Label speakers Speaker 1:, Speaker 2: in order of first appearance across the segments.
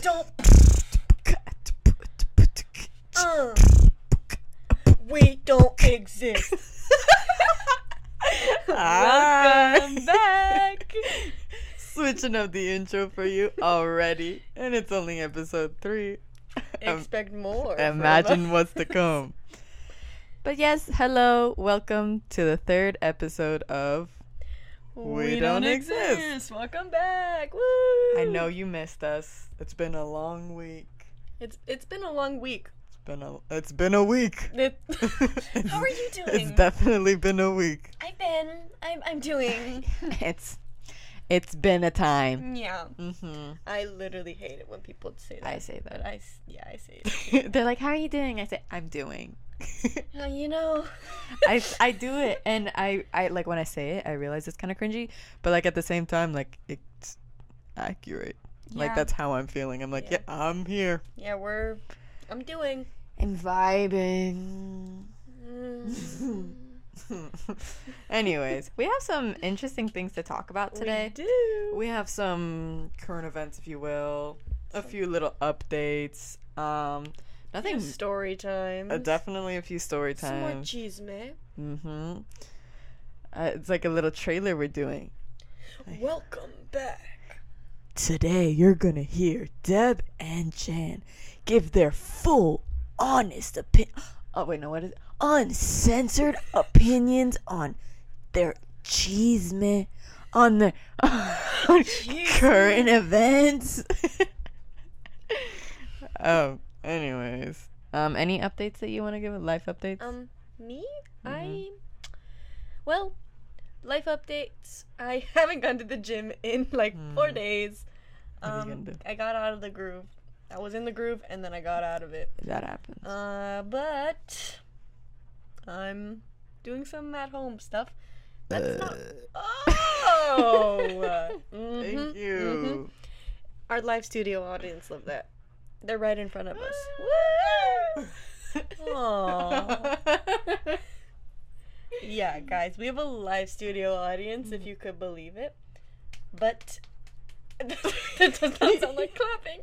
Speaker 1: don't. Uh, we don't exist.
Speaker 2: Welcome
Speaker 1: Hi.
Speaker 2: back. Switching up the intro for you already, and it's only episode three. Um,
Speaker 1: Expect more. from
Speaker 2: Imagine
Speaker 1: us.
Speaker 2: what's to come. But yes, hello, welcome to the third episode of. We don't exist.
Speaker 1: Welcome back. Woo!
Speaker 2: I know you missed us. It's been a long week.
Speaker 1: It's it's been a long week.
Speaker 2: It's been a. It's been a week.
Speaker 1: It-
Speaker 2: How
Speaker 1: are you
Speaker 2: It's
Speaker 1: doing?
Speaker 2: definitely been a week.
Speaker 1: I've been. I'm I'm doing.
Speaker 2: It's. It's been a time.
Speaker 1: Yeah.
Speaker 2: Mm-hmm.
Speaker 1: I literally hate it when people say that.
Speaker 2: I say
Speaker 1: But
Speaker 2: that.
Speaker 1: I s- yeah I say it.
Speaker 2: They're like, "How are you doing?" I say, "I'm doing."
Speaker 1: Uh, you know.
Speaker 2: I, I do it, and I I like when I say it, I realize it's kind of cringy, but like at the same time, like it's accurate. Like
Speaker 1: Yeah.
Speaker 2: that's how I'm feeling. I'm like, yeah,
Speaker 1: Yeah.
Speaker 2: I'm here.
Speaker 1: Yeah, we're. I'm doing.
Speaker 2: I'm vibing.
Speaker 1: Mm.
Speaker 2: Anyways, we have some interesting things to talk about today.
Speaker 1: We do.
Speaker 2: We have some current events, if you will, a few little updates. Um, nothing.
Speaker 1: story time.
Speaker 2: uh, definitely a few story
Speaker 1: Some more
Speaker 2: times.
Speaker 1: chisme.
Speaker 2: Mm-hmm. Uh, it's like a little trailer we're doing.
Speaker 1: Welcome back.
Speaker 2: Today you're gonna hear Deb and Jan give their full, honest opinion. Oh wait, no, what is uncensored opinions on their cheese man, on the on
Speaker 1: Cheese
Speaker 2: current events. um. Anyways, um, any updates that you want to give? Life updates?
Speaker 1: Um, me?
Speaker 2: Mm-hmm.
Speaker 1: I. Well, life updates. I haven't gone to the gym in like four days.
Speaker 2: are Hmm. you
Speaker 1: Um,
Speaker 2: gonna do?
Speaker 1: I got out of the groove. I was in the groove and then I got out of it.
Speaker 2: that happens.
Speaker 1: Uh, but I'm doing some at home stuff. That's
Speaker 2: Uh.
Speaker 1: not. Oh! Mhm,
Speaker 2: Thank you.
Speaker 1: Our live studio audience love that. They're right in front of us. mm-hmm. Aw. yeah, guys, we have a live studio audience, if you could believe it. But that does not sound like clapping.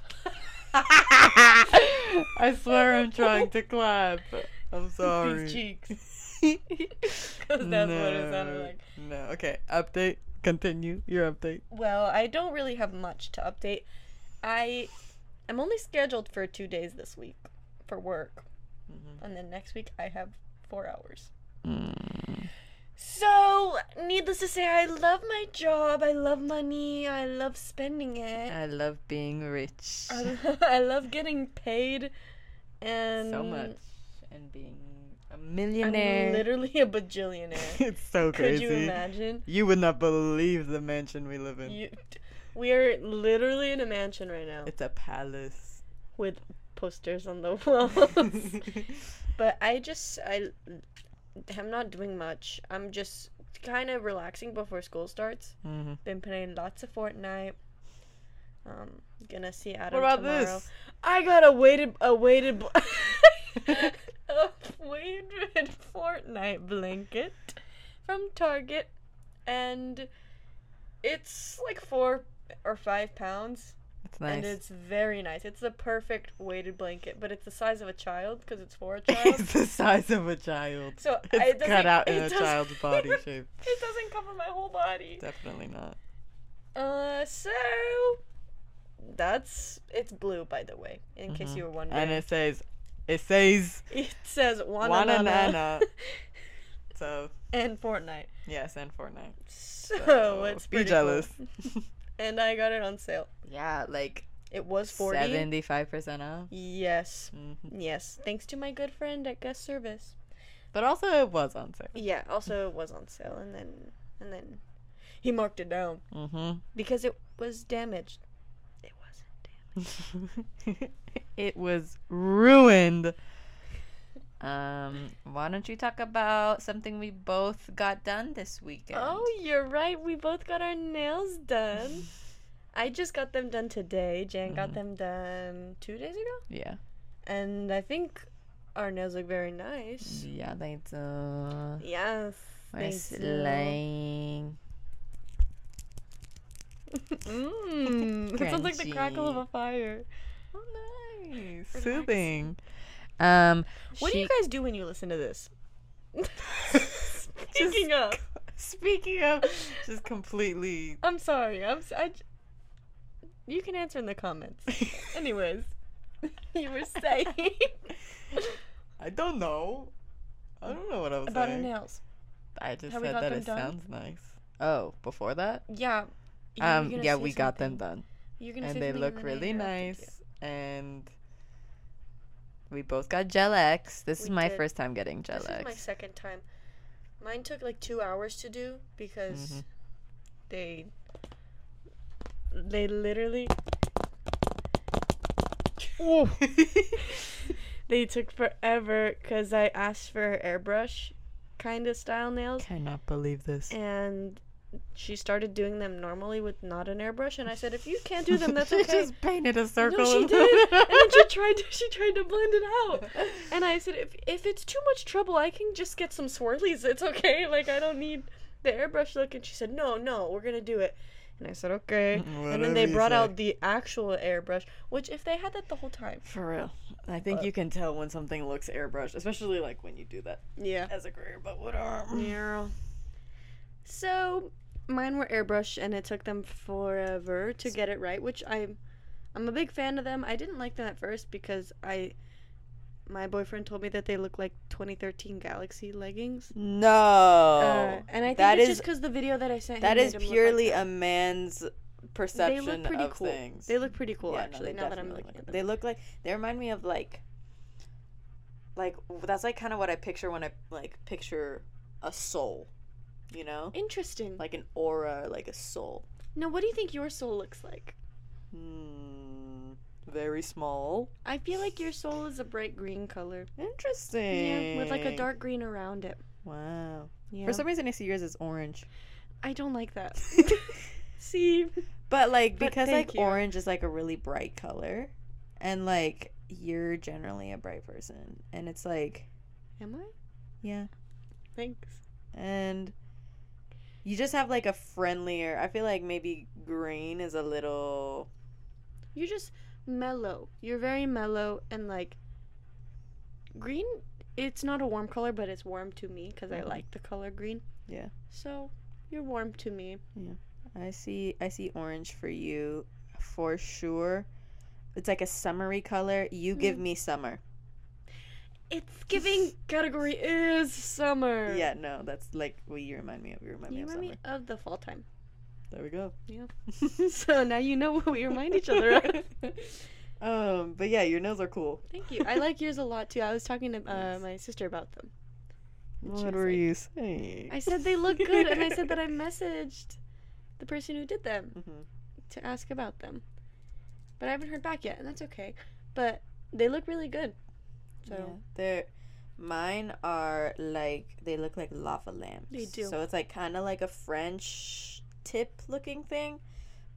Speaker 2: I swear I'm trying to clap. I'm sorry.
Speaker 1: These cheeks.
Speaker 2: Because
Speaker 1: Because that's what it sounded like.
Speaker 2: No. Okay. Update. Continue your update.
Speaker 1: Well, I don't really have much to update. I am only scheduled for two days this week for work, and then next week I have four hours. Mm-hmm. So, needless to say, I love my job. I love money. I love spending it.
Speaker 2: I love being rich.
Speaker 1: I lo- I love getting paid, and
Speaker 2: so much. And being a
Speaker 1: I'm
Speaker 2: millionaire.
Speaker 1: literally a bajillionaire.
Speaker 2: it's so
Speaker 1: Could
Speaker 2: crazy.
Speaker 1: you imagine?
Speaker 2: You would not believe the mansion we live in.
Speaker 1: You, we are literally in a mansion right now
Speaker 2: It's a palace.
Speaker 1: with posters on the walls.
Speaker 2: Mm-hmm.
Speaker 1: but I just I I'm not doing much. I'm just kind of relaxing before school starts.
Speaker 2: Mhm.
Speaker 1: Been playing lots of Fortnite. Um, gonna see Adam
Speaker 2: What about
Speaker 1: tomorrow.
Speaker 2: this?
Speaker 1: I got a weighted a weighted bl- a weighted Fortnite blanket from Target, and it's like four or five pounds.
Speaker 2: It's nice.
Speaker 1: And it's very nice. It's the perfect weighted blanket, but it's the size of a child because it's for a child.
Speaker 2: it's the size of a child.
Speaker 1: So I- it
Speaker 2: It's
Speaker 1: doesn't-
Speaker 2: cut out in
Speaker 1: it
Speaker 2: a
Speaker 1: doesn't-
Speaker 2: child's body shape.
Speaker 1: it doesn't cover my whole body.
Speaker 2: Definitely not.
Speaker 1: Uh, so that's it's blue, by the way, in
Speaker 2: Mm-hmm.
Speaker 1: case you were wondering.
Speaker 2: And it says, it says
Speaker 1: it says
Speaker 2: Wananana.
Speaker 1: Wananana
Speaker 2: so
Speaker 1: and Fortnite.
Speaker 2: yes, and Fortnite.
Speaker 1: So
Speaker 2: So,
Speaker 1: it's
Speaker 2: be
Speaker 1: pretty
Speaker 2: jealous.
Speaker 1: cool. And I got it on sale.
Speaker 2: yeah, like
Speaker 1: It was forty.
Speaker 2: seventy-five percent off.
Speaker 1: Yes,
Speaker 2: Mhm.
Speaker 1: yes. Thanks to my good friend at guest service.
Speaker 2: But also, it was on sale.
Speaker 1: Yeah. Also, it was on sale, and then and then he marked it down.
Speaker 2: Mm-hmm.
Speaker 1: Because it was damaged. It wasn't damaged.
Speaker 2: Mm-hmm. it was ruined. Um, why don't you talk about something we both got done this weekend?
Speaker 1: Oh, you're right. We both got our nails done. Mm. I just got them done today. Jan got them done two days ago.
Speaker 2: yeah,
Speaker 1: And I think our nails look very nice.
Speaker 2: yeah, uh, they do.
Speaker 1: Yes.
Speaker 2: We're
Speaker 1: they do.
Speaker 2: slaying.
Speaker 1: Mm, it sounds like the crackle of
Speaker 2: Crunchy.
Speaker 1: a fire.
Speaker 2: Oh, nice. Soothing. Um,
Speaker 1: What do you
Speaker 2: she-
Speaker 1: guys do when you listen to this? Speaking of,
Speaker 2: Speaking of, just completely.
Speaker 1: I'm sorry. I'm. s- I j- you can answer in the comments. Anyways, you were saying
Speaker 2: I don't know. I don't know what I was
Speaker 1: about her
Speaker 2: saying.
Speaker 1: nails.
Speaker 2: I just
Speaker 1: how we
Speaker 2: said
Speaker 1: got
Speaker 2: that
Speaker 1: them
Speaker 2: it
Speaker 1: done.
Speaker 2: sounds nice. Oh, before that?
Speaker 1: Yeah. you-
Speaker 2: Um,
Speaker 1: you're gonna
Speaker 2: yeah,
Speaker 1: say
Speaker 2: we got them
Speaker 1: something.
Speaker 2: done.
Speaker 1: You're gonna say
Speaker 2: And they
Speaker 1: something
Speaker 2: look
Speaker 1: then I
Speaker 2: really
Speaker 1: interrupted you.
Speaker 2: nice. And we both got Gel X. This is
Speaker 1: We
Speaker 2: my
Speaker 1: did.
Speaker 2: first time getting Gel
Speaker 1: This is my
Speaker 2: X.
Speaker 1: second time. Mine took like two hours to do because
Speaker 2: Mhm.
Speaker 1: they they literally they took forever because I asked for her airbrush kind of style nails
Speaker 2: Cannot believe this.
Speaker 1: and she started doing them normally with not an airbrush and I said if you can't do them that's okay.
Speaker 2: she just painted a circle.
Speaker 1: No, she
Speaker 2: in the
Speaker 1: did.
Speaker 2: middle.
Speaker 1: and then she tried to she tried to blend it out. And I said, if if it's too much trouble, I can just get some swirlies. It's okay. Like I don't need the airbrush look. And she said, no, no, we're gonna do it. And I said, okay. and then
Speaker 2: Whatever
Speaker 1: they
Speaker 2: you
Speaker 1: brought
Speaker 2: say.
Speaker 1: out the actual airbrush, which if they had that the whole time,
Speaker 3: For real.
Speaker 2: I think you can tell when something looks airbrushed, especially like when you do that
Speaker 1: yeah.
Speaker 2: as a career. But what arm?
Speaker 1: Yeah. So mine were airbrush, and it took them forever to get it right, which I'm I'm a big fan of them. I didn't like them at first because I my boyfriend told me that they look like 2013 Galaxy leggings.
Speaker 2: No,
Speaker 1: Uh, and I think
Speaker 2: that
Speaker 1: it's
Speaker 2: is-
Speaker 1: just because the video that I sent.
Speaker 2: that
Speaker 1: him
Speaker 2: is
Speaker 1: made him look like
Speaker 2: purely
Speaker 1: that.
Speaker 2: a man's
Speaker 1: They
Speaker 2: perception
Speaker 1: look pretty
Speaker 2: of
Speaker 1: cool.
Speaker 2: things.
Speaker 1: They look pretty cool
Speaker 2: Yeah, no,
Speaker 1: actually.
Speaker 2: they
Speaker 1: now that I'm
Speaker 2: definitely
Speaker 1: looking
Speaker 2: look-
Speaker 1: at them.
Speaker 2: they look like they remind me of like, like that's like kind of what I picture when I like picture a soul, you know,
Speaker 1: Interesting.
Speaker 2: like an aura, like a soul.
Speaker 1: now, what do you think your soul looks like?
Speaker 2: Hmm, very small.
Speaker 1: I feel like your soul is a bright green color.
Speaker 2: Interesting.
Speaker 1: Yeah, with like a dark green around it.
Speaker 2: Wow.
Speaker 1: Yeah.
Speaker 2: For some reason, I see yours as orange.
Speaker 1: I don't like that. See,
Speaker 2: But like
Speaker 1: But
Speaker 2: because
Speaker 1: thank
Speaker 2: like
Speaker 1: you.
Speaker 2: orange is like a really bright color, and like you're generally a bright person, and it's like
Speaker 1: am I?
Speaker 2: yeah,
Speaker 1: Thanks.
Speaker 2: and you just have like a friendlier. I feel like maybe green is a little
Speaker 1: You're just mellow. You're very mellow and like green. It's not a warm color, but it's warm to me because
Speaker 2: Mhm.
Speaker 1: I like the color green.
Speaker 2: Yeah.
Speaker 1: So you're warm to me.
Speaker 2: I see I see orange for you for sure. It's like a summery color. You
Speaker 1: Mm.
Speaker 2: give me summer.
Speaker 1: It's giving category is summer.
Speaker 2: Yeah, no, that's like what you remind me of. You remind
Speaker 1: You
Speaker 2: me of
Speaker 1: remind
Speaker 2: summer.
Speaker 1: me of the fall time.
Speaker 2: There we go.
Speaker 1: Yeah.
Speaker 2: Yeah.
Speaker 1: So now you know what we remind each other of.
Speaker 2: um, but yeah, your nails are cool.
Speaker 1: Thank you. I like yours a lot too. I was talking to uh, my sister about them.
Speaker 2: What
Speaker 1: was
Speaker 2: were
Speaker 1: like-
Speaker 2: you saying?
Speaker 1: I said they look good, and I said that I messaged the person who did them.
Speaker 2: Mhm.
Speaker 1: to ask about them. But I haven't heard back yet, and that's okay. But they look really good. So
Speaker 2: Yeah. They're mine are like they look like lava lamps.
Speaker 1: They do.
Speaker 2: So it's like kind of like a French tip looking thing,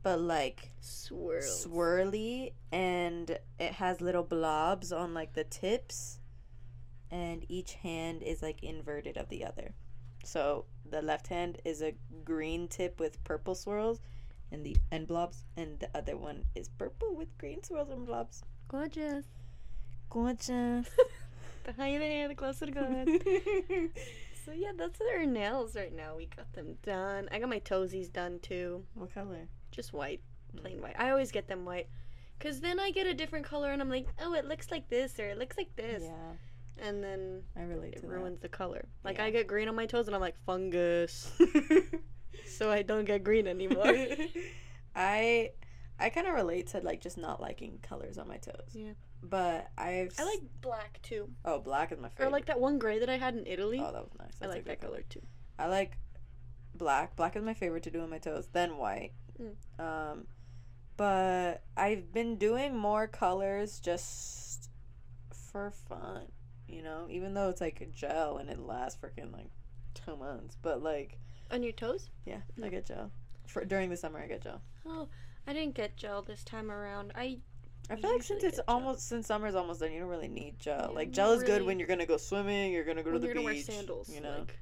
Speaker 2: but like
Speaker 1: swirl.
Speaker 2: swirly, and it has little blobs on like the tips, and each hand is like inverted of the other. So the left hand is a green tip with purple swirls. And the end blobs, and the other one is purple with green swirls and blobs.
Speaker 1: Gorgeous.
Speaker 2: Gorgeous.
Speaker 1: The higher the hair, the closer to God. so yeah, that's our nails right now. We got them done. I got my toesies done too.
Speaker 2: what color?
Speaker 1: Just white, plain white. I always get them white. Cause then I get a different color and I'm like, oh, it looks like this or it looks like this,
Speaker 2: Yeah,
Speaker 1: and then
Speaker 2: I relate
Speaker 1: it
Speaker 2: to
Speaker 1: ruins the color. Like
Speaker 2: Yeah.
Speaker 1: I get green on my toes and I'm like fungus,
Speaker 2: that.
Speaker 1: so I don't get green anymore.
Speaker 2: I I kind of relate to like just not liking colors on my toes.
Speaker 1: Yeah.
Speaker 2: But I've
Speaker 1: I
Speaker 2: s-
Speaker 1: like black too.
Speaker 2: oh black is my favorite.
Speaker 1: Or like that one gray that I had in Italy.
Speaker 2: oh that was nice. That's
Speaker 1: I
Speaker 2: a
Speaker 1: like
Speaker 2: good
Speaker 1: that color too.
Speaker 2: I like black. Black is my favorite to do on my toes. Then white.
Speaker 1: Mm.
Speaker 2: Um, but I've been doing more colors just for fun. You know, even though it's like a gel and it lasts freaking like two months, but like
Speaker 1: On your toes?
Speaker 2: yeah, I
Speaker 1: Mm.
Speaker 2: get gel. For during the summer, I get gel.
Speaker 1: Oh, I didn't get gel this time around. I
Speaker 2: I
Speaker 1: You
Speaker 2: feel like since
Speaker 1: usually
Speaker 2: it's
Speaker 1: get gel.
Speaker 2: almost since summer's almost done, you don't really need gel.
Speaker 1: Yeah,
Speaker 2: like
Speaker 1: not
Speaker 2: gel is good
Speaker 1: really.
Speaker 2: when you're gonna go swimming, you're gonna go to
Speaker 1: when
Speaker 2: the
Speaker 1: you're gonna
Speaker 2: beach.
Speaker 1: wear sandals.
Speaker 2: you know.
Speaker 1: Like,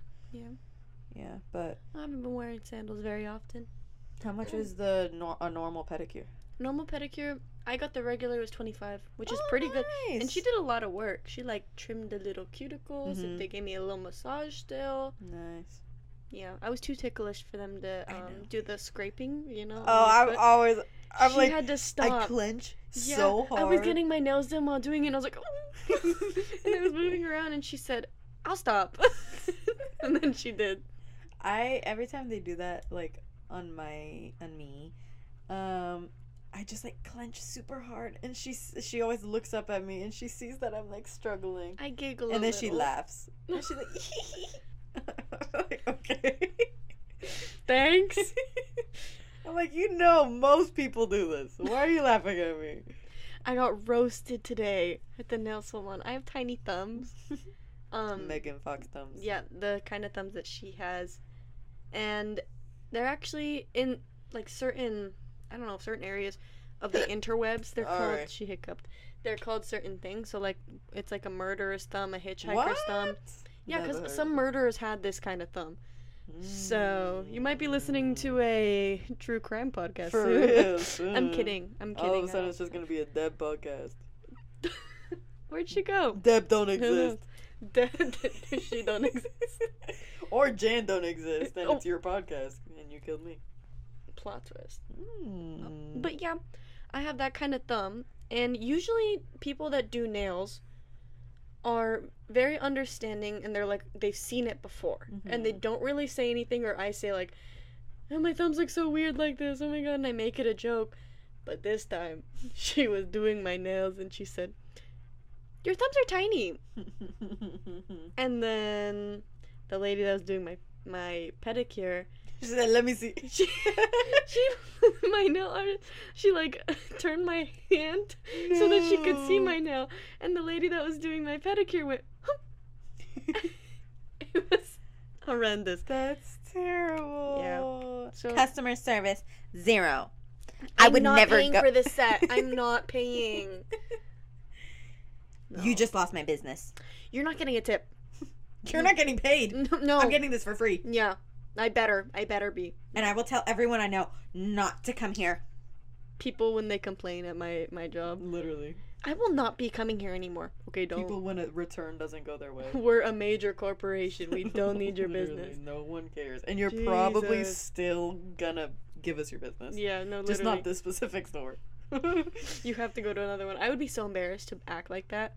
Speaker 2: Yeah, but
Speaker 1: I haven't been wearing sandals very often.
Speaker 2: How much is the nor- a normal pedicure?
Speaker 1: Normal pedicure, I got the regular was 25, which is pretty good. And she
Speaker 2: did.
Speaker 1: did a lot of work. She like trimmed the little cuticles
Speaker 2: Mhm.
Speaker 1: and they gave me a little massage still.
Speaker 2: Nice.
Speaker 1: Yeah, I was too ticklish for them to
Speaker 2: I
Speaker 1: um,
Speaker 2: know.
Speaker 1: do the scraping, you know. on
Speaker 2: Oh,
Speaker 1: my
Speaker 2: I'm
Speaker 1: foot.
Speaker 2: always. I'm
Speaker 1: she
Speaker 2: like.
Speaker 1: had to
Speaker 2: I
Speaker 1: stop.
Speaker 2: clench
Speaker 1: Yeah,
Speaker 2: so hard.
Speaker 1: I was getting my nails done while doing it and I was like, oh. and I was moving around and she said, I'll stop. and then she did.
Speaker 2: I every time they do that, like on my on me, um, I just like clench super hard, and she s- she always looks up at me, and she sees that I'm like struggling,
Speaker 1: I giggled.
Speaker 2: and
Speaker 1: a
Speaker 2: then she
Speaker 1: little.
Speaker 2: laughs, and she's like, like, okay.
Speaker 1: Thanks.
Speaker 2: I'm like, you know, most people do this. Why are you laughing at me?
Speaker 1: I got roasted today at the nail salon. I have tiny thumbs. Um,
Speaker 2: Megan Fox thumbs.
Speaker 1: yeah, the kind of thumbs that she has, and they're actually in like certain I don't know certain areas of the interwebs. They're called.
Speaker 2: Alright.
Speaker 1: She hiccuped. They're called certain things. So like it's like a murderer's thumb, a hitchhiker's
Speaker 2: What?
Speaker 1: thumb. Yeah,
Speaker 2: Never heard of
Speaker 1: because some
Speaker 2: it.
Speaker 1: murderers had this kind of thumb. So you might be listening
Speaker 2: Mm.
Speaker 1: to a true crime podcast.
Speaker 2: For
Speaker 1: soon.
Speaker 2: real,
Speaker 1: I'm
Speaker 2: soon.
Speaker 1: kidding. I'm kidding.
Speaker 2: All of a
Speaker 1: I
Speaker 2: sudden,
Speaker 1: don't-
Speaker 2: it's just gonna be a dead podcast.
Speaker 1: Where'd she go?
Speaker 2: Deb don't
Speaker 1: knows?
Speaker 2: exist.
Speaker 1: she don't exist.
Speaker 2: or Jan don't exist, and
Speaker 1: Oh.
Speaker 2: it's your podcast, and you killed me. Hmm.
Speaker 1: Plot twist. But yeah, I have that kind of thumb, and usually people that do nails are very understanding, and they're like they've seen it before, and they don't really say anything, or I say like, "Oh, my thumbs look so weird like this. Oh my god!" and I make it a joke. But this time, she was doing my nails, and she said, "Your thumbs are tiny." And then the lady that was doing my my pedicure,
Speaker 2: she said, "Let me see."
Speaker 1: she she my nail art, she like turned my hand so that she could see
Speaker 2: No.
Speaker 1: my nail. And the lady that was doing my pedicure went, "Huh." it was horrendous.
Speaker 2: That's terrible.
Speaker 1: So-
Speaker 2: Customer service zero.
Speaker 1: I'm not paying for this set. I'm not paying. No.
Speaker 2: lost my business.
Speaker 1: you're not getting a tip.
Speaker 2: You're not getting paid.
Speaker 1: No, no.
Speaker 2: getting this for free,
Speaker 1: yeah, I better I better be.
Speaker 2: and I will tell everyone I know not to come here.
Speaker 1: People when they complain at my my job.
Speaker 2: Literally,
Speaker 1: I will not be coming here anymore. Okay, don't.
Speaker 2: people when a return doesn't go their way.
Speaker 1: We're a major corporation. We don't need your
Speaker 2: Literally,
Speaker 1: business.
Speaker 2: No one cares, and you're probably
Speaker 1: Jesus.
Speaker 2: still gonna give us your business.
Speaker 1: Yeah, no, literally.
Speaker 2: Just not this specific store.
Speaker 1: You have to go to another one. I would be so embarrassed to act like that.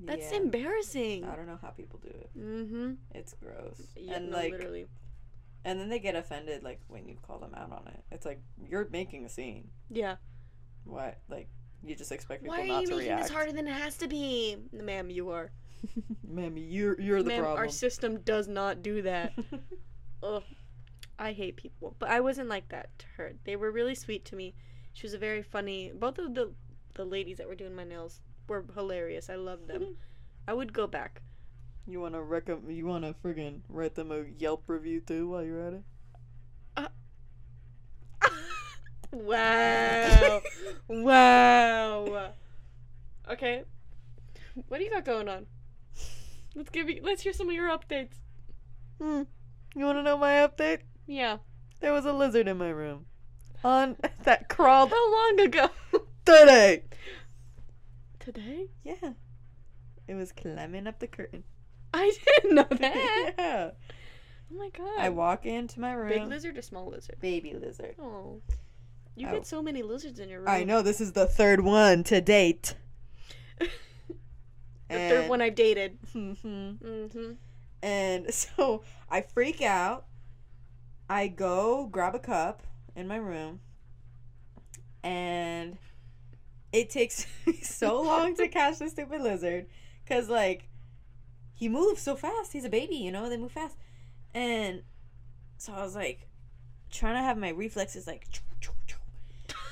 Speaker 1: That's
Speaker 2: Yeah.
Speaker 1: embarrassing.
Speaker 2: I don't know how people do it.
Speaker 1: Mm-hmm.
Speaker 2: It's gross.
Speaker 1: Yeah,
Speaker 2: and
Speaker 1: no,
Speaker 2: like,
Speaker 1: literally.
Speaker 2: and then they get offended like when you call them out on it. It's like you're making a scene.
Speaker 1: Yeah.
Speaker 2: Why? Like you just expect people
Speaker 1: Why are
Speaker 2: not
Speaker 1: you
Speaker 2: to
Speaker 1: making
Speaker 2: react.
Speaker 1: this harder than it has to be, ma'am? You are.
Speaker 2: Ma'am, you're you're the
Speaker 1: ma'am, our
Speaker 2: problem.
Speaker 1: system does not do that. Ugh. I hate people, but I wasn't like that to her. They were really sweet to me. She was a very funny. Both of the the ladies that were doing my nails were hilarious. I loved them. I would go back.
Speaker 2: you wanna recommend? You wanna friggin' write them a Yelp review too while you're at it?
Speaker 1: Wow. wow. Okay. What do you got going on? Let's give you let's hear some of your updates.
Speaker 2: Hmm. You wanna know my update?
Speaker 1: Yeah.
Speaker 2: There was a lizard in my room. On that crawled
Speaker 1: How long ago?
Speaker 2: today.
Speaker 1: Today?
Speaker 2: Yeah. It was climbing up the curtain.
Speaker 1: I didn't know that.
Speaker 2: yeah.
Speaker 1: Oh my god.
Speaker 2: Eh. I walk into my room.
Speaker 1: Big lizard or small lizard?
Speaker 2: Baby lizard.
Speaker 1: Oh. You
Speaker 2: I-
Speaker 1: get so many lizards in your room.
Speaker 2: I know this is the third one to date.
Speaker 1: the third one I've dated.
Speaker 2: hmm
Speaker 1: Mm-hmm.
Speaker 2: And so I freak out. I go grab a cup in my room, and it takes me so long to catch the stupid lizard because, like, he moves so fast. He's a baby, you know, they move fast. And so I was like, trying to have my reflexes, like,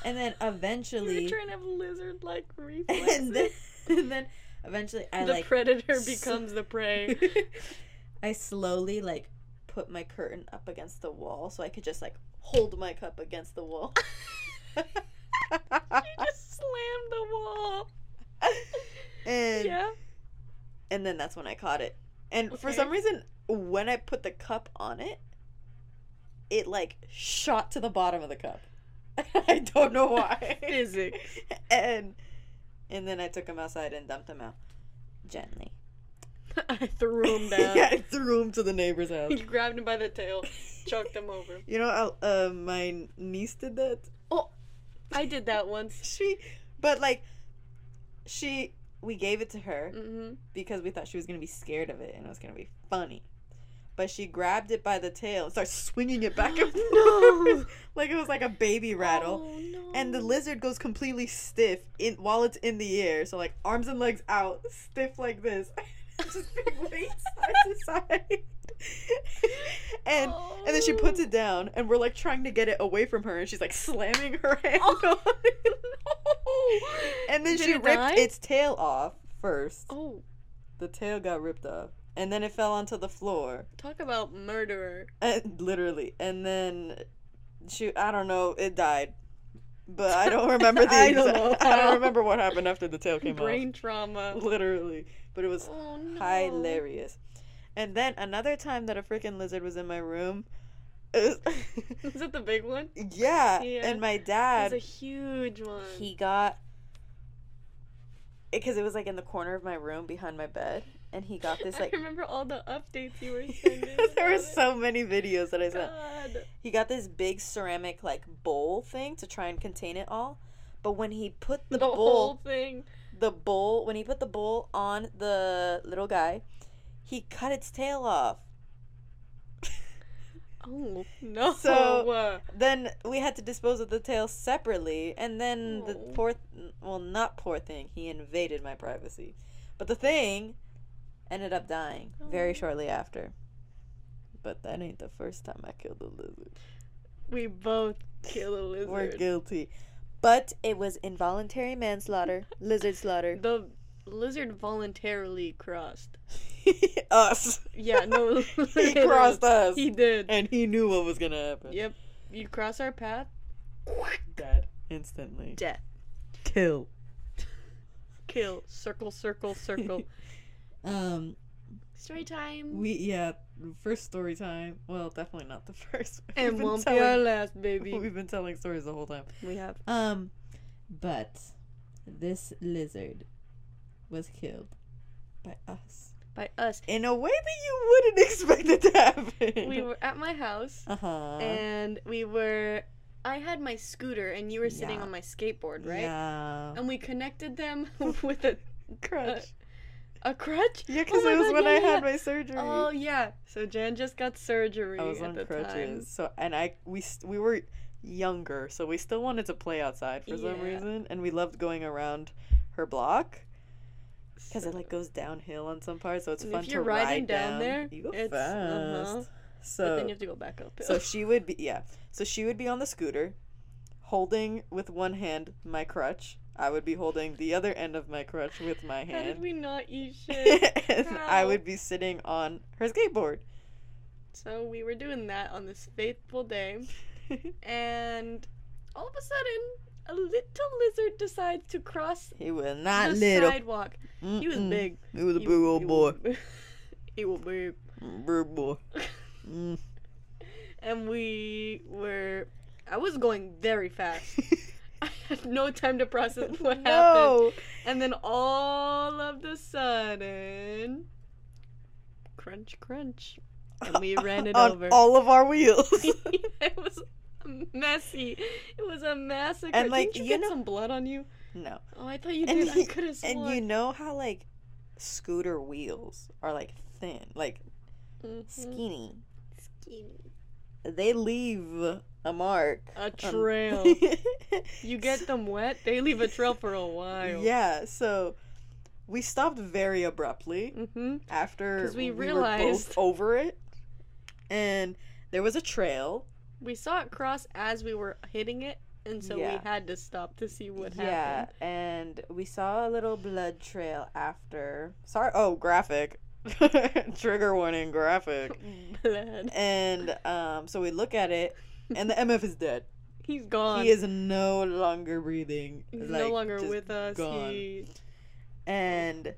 Speaker 2: and then eventually,
Speaker 1: You're trying to have lizard like reflexes.
Speaker 2: and then, and then eventually, I
Speaker 1: the
Speaker 2: like
Speaker 1: predator
Speaker 2: s-
Speaker 1: becomes the prey.
Speaker 2: I slowly like put my curtain up against the wall so I could just like hold my cup against the wall.
Speaker 1: you just slammed the wall.
Speaker 2: and
Speaker 1: Yeah.
Speaker 2: and then that's when I caught it. And for
Speaker 1: Okay.
Speaker 2: some reason when I put the cup on it, it like shot to the bottom of the cup. I don't know why.
Speaker 1: Physics.
Speaker 2: and and then I took him outside and dumped him out gently.
Speaker 1: I threw him down.
Speaker 2: yeah, I threw him to the neighbor's house.
Speaker 1: He grabbed him by the tail, chucked him over.
Speaker 2: You know, I- uh, my niece did that.
Speaker 1: I did that once.
Speaker 2: She, but like, she, we gave it to her
Speaker 1: hmm
Speaker 2: because we thought she was gonna be scared of it and it was gonna be funny. But she grabbed it by the tail and started swinging it back and forth
Speaker 1: Oh, No.
Speaker 2: like it was like a baby rattle.
Speaker 1: Oh, no.
Speaker 2: And the lizard goes completely stiff in while it's in the air, so like arms and legs out, stiff like this, just being waved side to side. and and then she puts it down, and we're like trying to get it away from her, and she's like slamming her hand.
Speaker 1: Oh.
Speaker 2: on it. And then
Speaker 1: Did
Speaker 2: she
Speaker 1: it
Speaker 2: ripped
Speaker 1: die?
Speaker 2: its tail off first.
Speaker 1: Oh,
Speaker 2: The tail got ripped off, and then it fell onto the floor.
Speaker 1: talk about murderer.
Speaker 2: And literally, and then she I don't know, it died. But I don't remember the
Speaker 1: I don't
Speaker 2: exact-
Speaker 1: know
Speaker 2: I
Speaker 1: how.
Speaker 2: don't remember what happened after the tail came
Speaker 1: Brain trauma.
Speaker 2: off. Literally. But it was
Speaker 1: Oh no.
Speaker 2: hilarious. And then another time that a freaking lizard was in my room. it was-
Speaker 1: Is that the big one?
Speaker 2: yeah,
Speaker 1: Yeah.
Speaker 2: and my
Speaker 1: That's
Speaker 2: dad
Speaker 1: a huge one.
Speaker 2: he got because it was like in the corner of my room behind my bed and he got this like
Speaker 1: I remember all the updates you were sending.
Speaker 2: there were
Speaker 1: about
Speaker 2: so many videos that I
Speaker 1: it.
Speaker 2: sent.
Speaker 1: God.
Speaker 2: he got this big ceramic like bowl thing to try and contain it all but when he put the,
Speaker 1: The
Speaker 2: bowl
Speaker 1: whole thing.
Speaker 2: the bowl when he put the bowl on the little guy he cut its tail off
Speaker 1: Oh no.
Speaker 2: So, then we had to dispose of the tail separately and then the
Speaker 1: Oh.
Speaker 2: poor well not poor thing he invaded my privacy but the thing ended up dying very
Speaker 1: Oh.
Speaker 2: shortly after but that ain't the first time i killed a lizard
Speaker 1: we both kill a lizard.
Speaker 2: We're guilty. But it was involuntary manslaughter, lizard slaughter.
Speaker 1: The lizard voluntarily crossed.
Speaker 2: us.
Speaker 1: Yeah, no.
Speaker 2: He crossed us.
Speaker 1: He did.
Speaker 2: and he knew what was going to happen.
Speaker 1: Yep. You cross our path,
Speaker 2: Dead. Instantly.
Speaker 1: death.
Speaker 3: Kill.
Speaker 1: Kill. Circle, circle, circle.
Speaker 2: Um,
Speaker 1: Story time.
Speaker 2: we, yeah, first story time. Well, definitely not the first.
Speaker 1: and
Speaker 2: We've been
Speaker 1: won't be our
Speaker 2: telling-
Speaker 1: last, baby.
Speaker 2: We've been telling stories the whole time.
Speaker 1: We have.
Speaker 2: Um, but this lizard was killed by us.
Speaker 1: By us.
Speaker 2: In a way that you wouldn't expect it to happen.
Speaker 1: We were at my house,
Speaker 2: Uh huh.
Speaker 1: and we were. I had my scooter, and you were sitting
Speaker 2: Yeah.
Speaker 1: on my skateboard, right? Oh
Speaker 2: Yeah.
Speaker 1: And we connected them with a,
Speaker 2: crutch.
Speaker 1: a crutch.
Speaker 2: yeah, because
Speaker 1: Oh my
Speaker 2: it was
Speaker 1: God,
Speaker 2: when
Speaker 1: yeah,
Speaker 2: I
Speaker 1: yeah,
Speaker 2: had my surgery.
Speaker 1: Oh yeah. So Jan just got surgery
Speaker 2: I was
Speaker 1: at
Speaker 2: on
Speaker 1: the
Speaker 2: crutches.
Speaker 1: time.
Speaker 2: So and I we st- we were younger, so we still wanted to play outside for some
Speaker 1: Yeah.
Speaker 2: reason, and we loved going around her block because it like
Speaker 1: So-
Speaker 2: goes downhill on some parts, so it's
Speaker 1: and
Speaker 2: fun
Speaker 1: if you're
Speaker 2: to
Speaker 1: riding
Speaker 2: ride
Speaker 1: down, there,
Speaker 2: You go
Speaker 1: it's
Speaker 2: fast.
Speaker 1: uh-huh. but then you
Speaker 2: So
Speaker 1: have to go back up.
Speaker 2: so she would be yeah. So she would be on the scooter, holding with one hand my crutch. I would be holding the other end of my crutch with my
Speaker 1: How did
Speaker 2: hand.
Speaker 1: we not eat shit?
Speaker 2: and I
Speaker 1: Wow.
Speaker 2: would be sitting on her skateboard.
Speaker 1: so we were doing that on this faithful day, and all of a sudden, a little lizard decides to cross
Speaker 2: He was not
Speaker 1: the
Speaker 2: little.
Speaker 1: sidewalk. He was
Speaker 2: Mm-mm.
Speaker 1: big.
Speaker 2: He was a
Speaker 1: He-
Speaker 2: big old
Speaker 1: he
Speaker 2: boy.
Speaker 1: was big. he was big.
Speaker 2: Big boy. Mm.
Speaker 1: And we were. I was going very fast. I had no time to process what happened.
Speaker 2: no.
Speaker 1: And then all of the sudden, crunch, crunch, and we ran it
Speaker 2: on
Speaker 1: over.
Speaker 2: all of our wheels.
Speaker 1: it was messy. It was a massacre.
Speaker 2: And, like,
Speaker 1: Didn't you,
Speaker 2: you
Speaker 1: get
Speaker 2: know-
Speaker 1: some blood on you?
Speaker 2: no.
Speaker 1: Oh, I thought you
Speaker 2: And
Speaker 1: did. I
Speaker 2: he-
Speaker 1: could have
Speaker 2: And
Speaker 1: sworn.
Speaker 2: you know how like scooter wheels are like thin, like
Speaker 1: Mhm.
Speaker 2: skinny.
Speaker 1: Skinny.
Speaker 2: They leave a mark. Um,
Speaker 1: A
Speaker 2: on-
Speaker 1: trail. you get them wet, they leave a trail for a while.
Speaker 2: yeah. So we stopped very abruptly.
Speaker 1: Mm-hmm.
Speaker 2: after
Speaker 1: 'Cause we
Speaker 2: were
Speaker 1: realized-
Speaker 2: both over it, and there was a trail.
Speaker 1: We saw it cross as we were hitting it, and so we
Speaker 2: Yeah.
Speaker 1: had to stop to see what
Speaker 2: yeah,
Speaker 1: happened.
Speaker 2: and we saw a little blood trail after. Sorry, oh graphic, trigger warning graphic.
Speaker 1: Blood.
Speaker 2: And um, so we look at it, and the MF is dead.
Speaker 1: He's gone.
Speaker 2: He is no longer breathing.
Speaker 1: He's no
Speaker 2: like,
Speaker 1: longer
Speaker 2: just
Speaker 1: with us.
Speaker 2: gone.
Speaker 1: He...
Speaker 2: and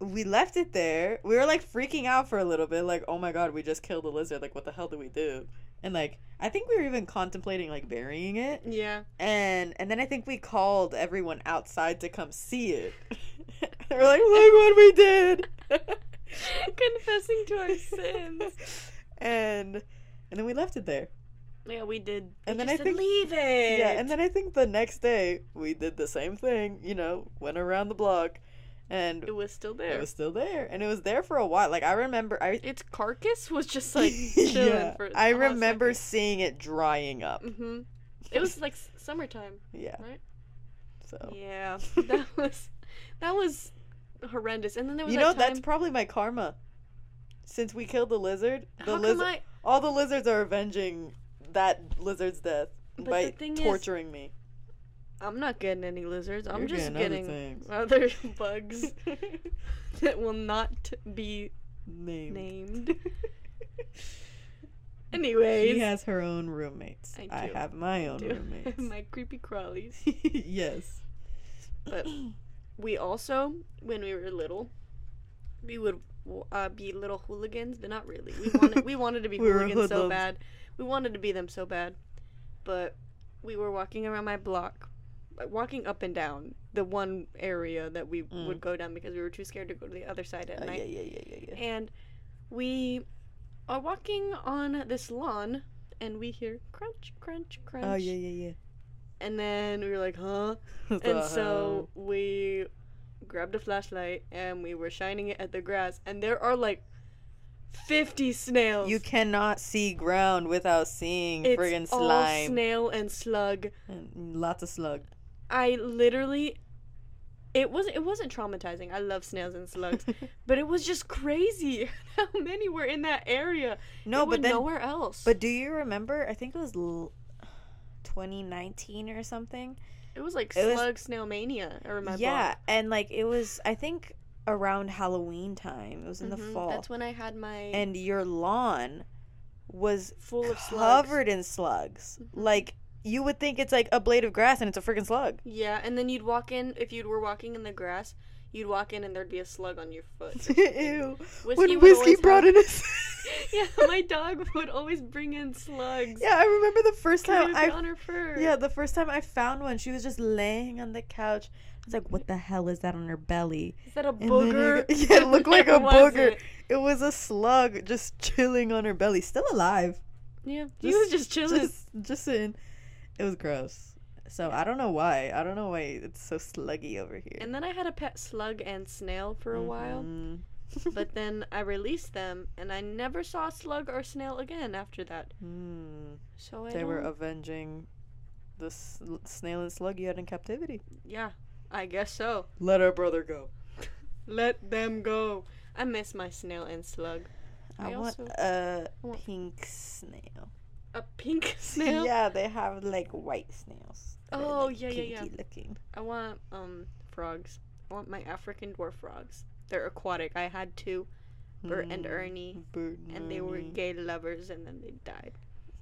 Speaker 2: we left it there. We were like freaking out for a little bit, like, oh my god, we just killed a lizard. Like, what the hell did we do? and like I think we were even contemplating like burying it,
Speaker 1: Yeah.
Speaker 2: and and then I think we called everyone outside to come see it. they were like, "Look what we did!"
Speaker 1: Confessing to our sins.
Speaker 2: and and then we left it there.
Speaker 1: Yeah, we did.
Speaker 2: And
Speaker 1: we
Speaker 2: then
Speaker 1: just
Speaker 2: I
Speaker 1: said,
Speaker 2: think-
Speaker 1: leave it.
Speaker 2: Yeah, and then I think the next day we did the same thing. You know, went around the block, and
Speaker 1: it was still there.
Speaker 2: it was still there, and it was there for a while. Like I remember, I
Speaker 1: Its carcass was just like chilling
Speaker 2: Yeah,
Speaker 1: for.
Speaker 2: I remember seeing it drying up.
Speaker 1: Mm-hmm. It was like s- summertime.
Speaker 2: Yeah.
Speaker 1: Right?
Speaker 2: So
Speaker 1: Yeah, that was that was horrendous. And then there was
Speaker 2: you know
Speaker 1: that
Speaker 2: that's
Speaker 1: time-
Speaker 2: probably my karma. Since we killed the lizard, the
Speaker 1: how
Speaker 2: lizard,
Speaker 1: come I?
Speaker 2: all the lizards are avenging that lizard's death
Speaker 1: But
Speaker 2: by
Speaker 1: the thing is-
Speaker 2: torturing me.
Speaker 1: I'm not getting any lizards. I'm
Speaker 2: You're
Speaker 1: just
Speaker 2: getting
Speaker 1: getting
Speaker 2: other
Speaker 1: other bugs that will not be
Speaker 2: Name.
Speaker 1: named.
Speaker 2: She
Speaker 1: Anyways,
Speaker 2: has her own roommates.
Speaker 1: I
Speaker 2: I,
Speaker 1: do.
Speaker 2: have my own
Speaker 1: do-
Speaker 2: roommates.
Speaker 1: my creepy crawlies.
Speaker 2: yes.
Speaker 1: But we also, when we were little, we would uh, be little hooligans, but not really. We wanted we wanted to be
Speaker 2: We were
Speaker 1: hooligans so
Speaker 2: hoodlums.
Speaker 1: bad. We wanted to be them so bad, but we were walking around my block, like, walking up and down the one area that we
Speaker 2: Mm.
Speaker 1: would go down because we were too scared to go to the other side at
Speaker 2: Uh, yeah,
Speaker 1: night.
Speaker 2: yeah, yeah, yeah, yeah.
Speaker 1: And we are walking on this lawn, and we hear crunch, crunch, crunch.
Speaker 2: Oh yeah, yeah, yeah.
Speaker 1: And then we were like, huh?
Speaker 2: Uh-huh.
Speaker 1: And so we grabbed a flashlight and we were shining it at the grass, and there are like 50 snails.
Speaker 2: you cannot see ground without seeing
Speaker 1: It's
Speaker 2: friggin'
Speaker 1: all
Speaker 2: slime.
Speaker 1: snail and slug.
Speaker 2: And Mm, lots of slug.
Speaker 1: I literally. It wasn't. It wasn't traumatizing. I love snails and slugs, but it was just crazy how many were in that area.
Speaker 2: no,
Speaker 1: They were
Speaker 2: but then
Speaker 1: nowhere else.
Speaker 2: But do you remember? I think it was l- 2019 or something.
Speaker 1: it was like
Speaker 2: it was-
Speaker 1: slug snail mania. I remember.
Speaker 2: yeah, and like it was, I think around Halloween time. It was in the fall,
Speaker 1: Mm-hmm, That's when I had my
Speaker 2: and your lawn was
Speaker 1: full of slugs. Mm-hmm.
Speaker 2: covered in slugs. Like you would think it's like a blade of grass, and it's a freaking slug.
Speaker 1: Yeah, and then you'd walk in if you were walking in the grass, you'd walk in and there'd be a slug on your foot.
Speaker 2: Ew. when
Speaker 1: would
Speaker 2: whiskey
Speaker 1: always
Speaker 2: brought
Speaker 1: have-
Speaker 2: in a.
Speaker 1: Yeah, my dog would always bring in slugs.
Speaker 2: yeah, I remember the first
Speaker 1: 'cause it
Speaker 2: time
Speaker 1: would
Speaker 2: I
Speaker 1: be on her fur.
Speaker 2: Yeah, the first time I found one, she was just laying on the couch. I was like, "What the hell is that on her belly?"
Speaker 1: Is that a
Speaker 2: And then I
Speaker 1: booger?
Speaker 2: go- yeah, it looked like a
Speaker 1: Or was
Speaker 2: booger.
Speaker 1: it?
Speaker 2: It was a slug just chilling on her belly, still alive.
Speaker 1: Yeah, he was just chilling.
Speaker 2: Just, just in. It was gross. So I don't know why. I don't know why it's so sluggy over here.
Speaker 1: And then I had a pet slug and snail for a while,
Speaker 2: Mhm.
Speaker 1: but then I released them and I never saw a slug or snail again after that.
Speaker 2: Mm.
Speaker 1: So I
Speaker 2: They were
Speaker 1: don't-
Speaker 2: avenging the sl- snail and slug you had in captivity.
Speaker 1: yeah, I guess so.
Speaker 2: Let our brother go.
Speaker 1: Let them go. I miss my snail and slug.
Speaker 2: I,
Speaker 1: I
Speaker 2: want
Speaker 1: also-
Speaker 2: a
Speaker 1: I want-
Speaker 2: pink snail.
Speaker 1: A pink snail.
Speaker 2: Yeah, they have like white snails. that are,
Speaker 1: Oh,
Speaker 2: like,
Speaker 1: yeah, yeah, yeah.
Speaker 2: pinky Looking.
Speaker 1: I want um frogs. I want my African dwarf frogs. They're aquatic. I had two, Bert and
Speaker 2: Mm,
Speaker 1: Ernie,
Speaker 2: Bert
Speaker 1: and they were
Speaker 2: Ernie.
Speaker 1: gay lovers, and then they died.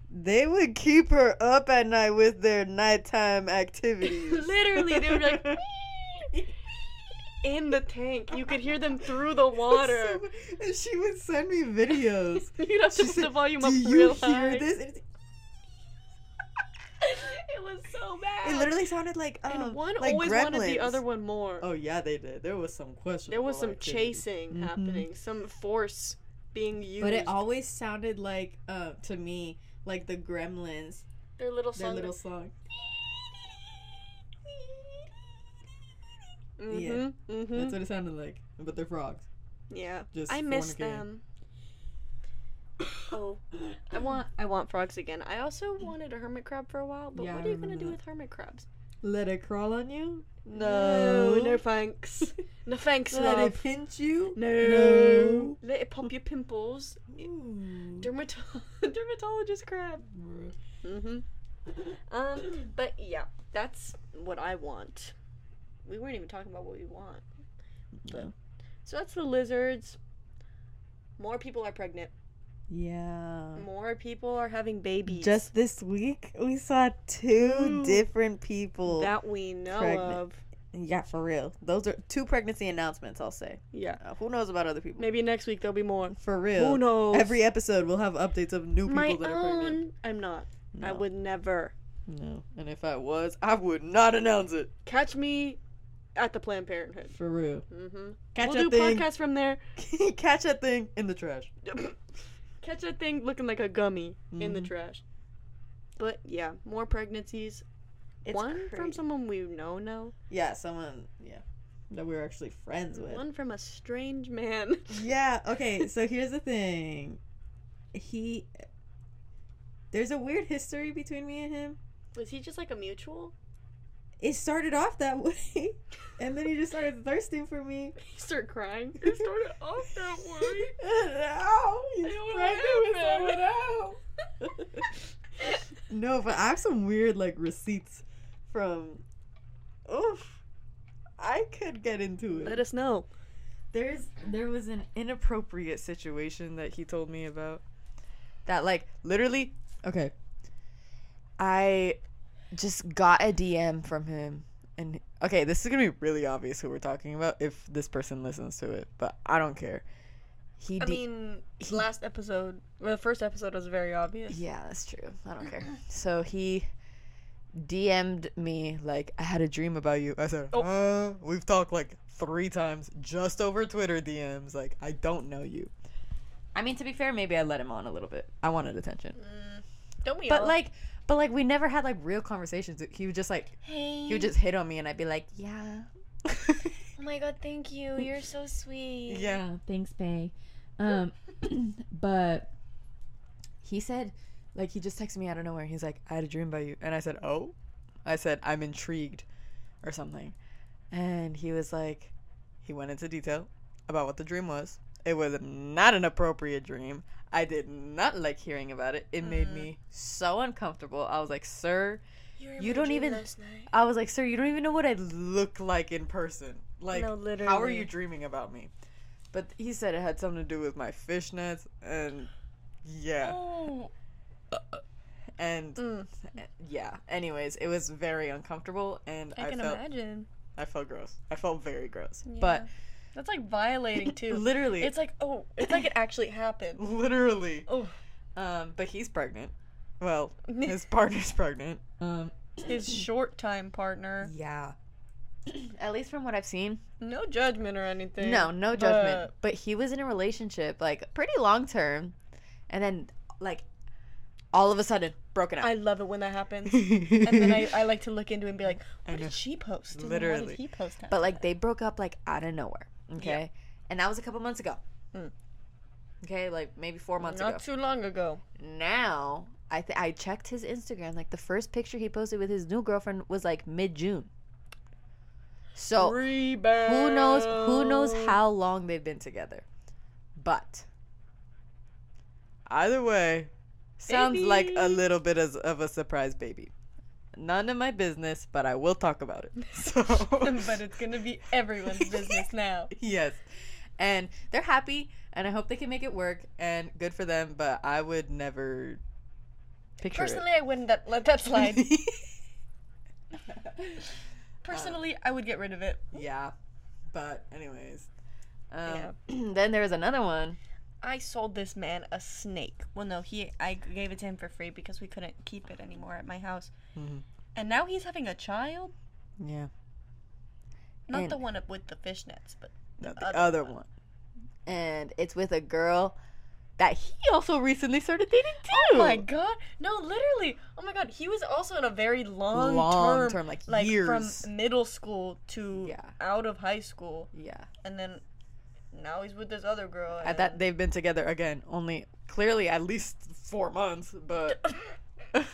Speaker 2: They would keep her up at night with their nighttime activities.
Speaker 1: Literally, they were like in the tank. You could hear them through the water.
Speaker 2: and she would send me videos.
Speaker 1: You'd have to
Speaker 2: She
Speaker 1: put
Speaker 2: said,
Speaker 1: the volume
Speaker 2: Do
Speaker 1: up
Speaker 2: you
Speaker 1: real
Speaker 2: hear
Speaker 1: high.
Speaker 2: this? And it's-
Speaker 1: It was so bad.
Speaker 2: It literally sounded like um,
Speaker 1: and one
Speaker 2: like
Speaker 1: always wanted the
Speaker 2: Gremlins.
Speaker 1: other one more.
Speaker 2: Oh yeah, they did. There was some question.
Speaker 1: there was some chasing happening, some force being used.
Speaker 2: but it always sounded like uh, to me like the Gremlins,
Speaker 1: their little
Speaker 2: their
Speaker 1: song.
Speaker 2: little song.
Speaker 1: hmm
Speaker 2: Yeah.
Speaker 1: hmm
Speaker 2: That's what it sounded like. But they're frogs.
Speaker 1: Yeah.
Speaker 2: Just
Speaker 1: I miss
Speaker 2: fornicating.
Speaker 1: them. Oh, I want I want frogs again. I also wanted a hermit crab for a while, but
Speaker 2: Yeah,
Speaker 1: what
Speaker 2: I
Speaker 1: are you gonna
Speaker 2: remember
Speaker 1: do
Speaker 2: that.
Speaker 1: with hermit crabs?
Speaker 2: Let it crawl on you?
Speaker 1: no thanks, no thanks,
Speaker 2: Let
Speaker 1: love.
Speaker 2: it pinch you?
Speaker 1: no, let it pump your pimples.
Speaker 2: Ooh.
Speaker 1: Dermato- dermatologist crab.
Speaker 2: Bruh.
Speaker 1: hmm
Speaker 2: Mm-hmm.
Speaker 1: Um, but yeah, that's what I want. We weren't even talking about what we want.
Speaker 2: No.
Speaker 1: So that's the lizards. More people are pregnant.
Speaker 2: Yeah.
Speaker 1: More people are having babies.
Speaker 2: Uh-huh. Just this week, we saw two
Speaker 1: Two
Speaker 2: different people.
Speaker 1: that we know
Speaker 2: pregnant.
Speaker 1: of.
Speaker 2: Yeah, for real. Those are two pregnancy announcements, I'll say.
Speaker 1: Yeah.
Speaker 2: Uh, who knows about other people?
Speaker 1: Maybe next week there'll be more.
Speaker 2: For real.
Speaker 1: Who knows?
Speaker 2: Every episode we'll have updates of new people
Speaker 1: My
Speaker 2: that are pregnant.
Speaker 1: own. I'm not.
Speaker 2: No,
Speaker 1: I would never.
Speaker 2: No. And if I was, I would not announce it.
Speaker 1: Catch me at the Planned Parenthood.
Speaker 2: For real.
Speaker 1: Mm-hmm.
Speaker 2: Catch
Speaker 1: we'll do
Speaker 2: a thing.
Speaker 1: podcasts from there.
Speaker 2: Catch that thing in the trash.
Speaker 1: Catch that thing looking like a gummy in the
Speaker 2: Mhm.
Speaker 1: trash. But yeah, more pregnancies. one from someone we know now.
Speaker 2: Mm-hmm. Yeah, someone. Yeah. That we were actually friends with.
Speaker 1: One from a strange man.
Speaker 2: Yeah, okay, so here's the thing. He There's a weird history between me and him.
Speaker 1: Was he just like a mutual?
Speaker 2: It started off that way, and then he just started thirsting for me.
Speaker 1: He started crying. It started off that way.
Speaker 2: no, he's
Speaker 1: Ew, what
Speaker 2: pregnant with
Speaker 1: happened?
Speaker 2: someone else. No, but I have some weird like receipts from. Oof, I could get into
Speaker 1: Let
Speaker 2: it.
Speaker 1: us know.
Speaker 2: There's there was an inappropriate situation that he told me about. That like literally. Okay. I just got a DM from him, and okay, this is gonna be really obvious who we're talking about if this person listens to it, but I don't care. He
Speaker 1: I
Speaker 2: d-
Speaker 1: mean, last episode, well, the first episode was very obvious.
Speaker 2: Yeah, that's true. I don't care. So he DM'd me like I had a dream about you. I said,
Speaker 1: Oh.
Speaker 2: uh, we've talked like three times just over Twitter DMs. Like I don't know you. I mean, to be fair, maybe I let him on a little bit. I wanted attention,
Speaker 1: Don't we?
Speaker 2: but
Speaker 1: all?
Speaker 2: like, but like we never had like real conversations. He would just like
Speaker 1: hey,
Speaker 2: he would just hit on me, and I'd be like, yeah,
Speaker 1: Oh my god, thank you. You're so sweet.
Speaker 2: yeah, Oh, thanks, Bay. Um, but he said, like, he just texted me out of nowhere. He's like, I had a dream about you. And I said, Oh? I said, I'm intrigued or something. And he was like, He went into detail about what the dream was. It was not an appropriate dream. I did not like hearing about it. It made me so uncomfortable. I was like, Sir,
Speaker 1: Mm. You,
Speaker 2: You don't even-
Speaker 1: Last night.
Speaker 2: I was like, Sir, you don't even know what I look like in person. Like,
Speaker 1: no, literally.
Speaker 2: how are you dreaming about me? But he said it had something to do with my fishnets and yeah.
Speaker 1: Oh.
Speaker 2: And eh,
Speaker 1: Mm,
Speaker 2: Mm-hmm. yeah. Anyways, it was very uncomfortable and
Speaker 1: I
Speaker 2: I,
Speaker 1: can
Speaker 2: felt
Speaker 1: imagine.
Speaker 2: I felt gross. I felt very gross.
Speaker 1: Yeah.
Speaker 2: But
Speaker 1: That's like violating too.
Speaker 2: literally
Speaker 1: it's like oh, it's like it actually happened.
Speaker 2: literally
Speaker 1: Oh,
Speaker 2: um but he's pregnant. Well, his partner's pregnant. Um
Speaker 1: his short time partner.
Speaker 2: yeah. Uh. At least from what I've seen.
Speaker 1: No judgment or anything.
Speaker 2: No, no judgment. Eh, But he was in a relationship like pretty long term and then like all of a sudden broken up.
Speaker 1: I love it when that happens. and then I, I like to look into it and be like,
Speaker 2: I
Speaker 1: what
Speaker 2: know.
Speaker 1: did she post? And What
Speaker 2: Literally.
Speaker 1: did he post? after
Speaker 2: But like they broke up like out of nowhere. Okay. And that was a couple months ago.
Speaker 1: Mm.
Speaker 2: Okay, like maybe four
Speaker 1: that?
Speaker 2: months
Speaker 1: not
Speaker 2: ago.
Speaker 1: too long ago.
Speaker 2: now I th- I checked his Instagram. Like the first picture he posted with his new girlfriend was like mid June. So
Speaker 1: Rebound.
Speaker 2: Oh. who knows who knows how long they've been together. But either way, sounds like a
Speaker 1: Baby.
Speaker 2: little bit as, of a surprise baby. None of my business, but I will talk about it. So
Speaker 1: but it's gonna be everyone's business now.
Speaker 2: yes. And they're happy, and I hope they can make it work, and good for them, but I would never picture
Speaker 1: Personally, I wouldn't that, let that slide.
Speaker 2: it.
Speaker 1: Personally, I would get rid of it.
Speaker 2: yeah. But, anyways.
Speaker 1: Yeah.
Speaker 2: Um, Then there was another one.
Speaker 1: I sold this man a snake. Well, no, he I gave it to him for free because we couldn't keep it anymore at my house.
Speaker 2: Mhm.
Speaker 1: And now he's having a child.
Speaker 2: Yeah.
Speaker 1: Not
Speaker 2: And-
Speaker 1: the one up with the fishnets, but
Speaker 2: The,
Speaker 1: other
Speaker 2: other one. And it's with a girl that he also recently started dating too.
Speaker 1: oh my god, no, literally, oh my god, he was also in a very long,
Speaker 2: Long
Speaker 1: term,
Speaker 2: term, like,
Speaker 1: like
Speaker 2: years.
Speaker 1: from middle school to
Speaker 2: Yeah.
Speaker 1: out of high school,
Speaker 2: Yeah.
Speaker 1: and then now he's with this other girl.
Speaker 2: At
Speaker 1: and-
Speaker 2: that they've been together again, only clearly at least four months, but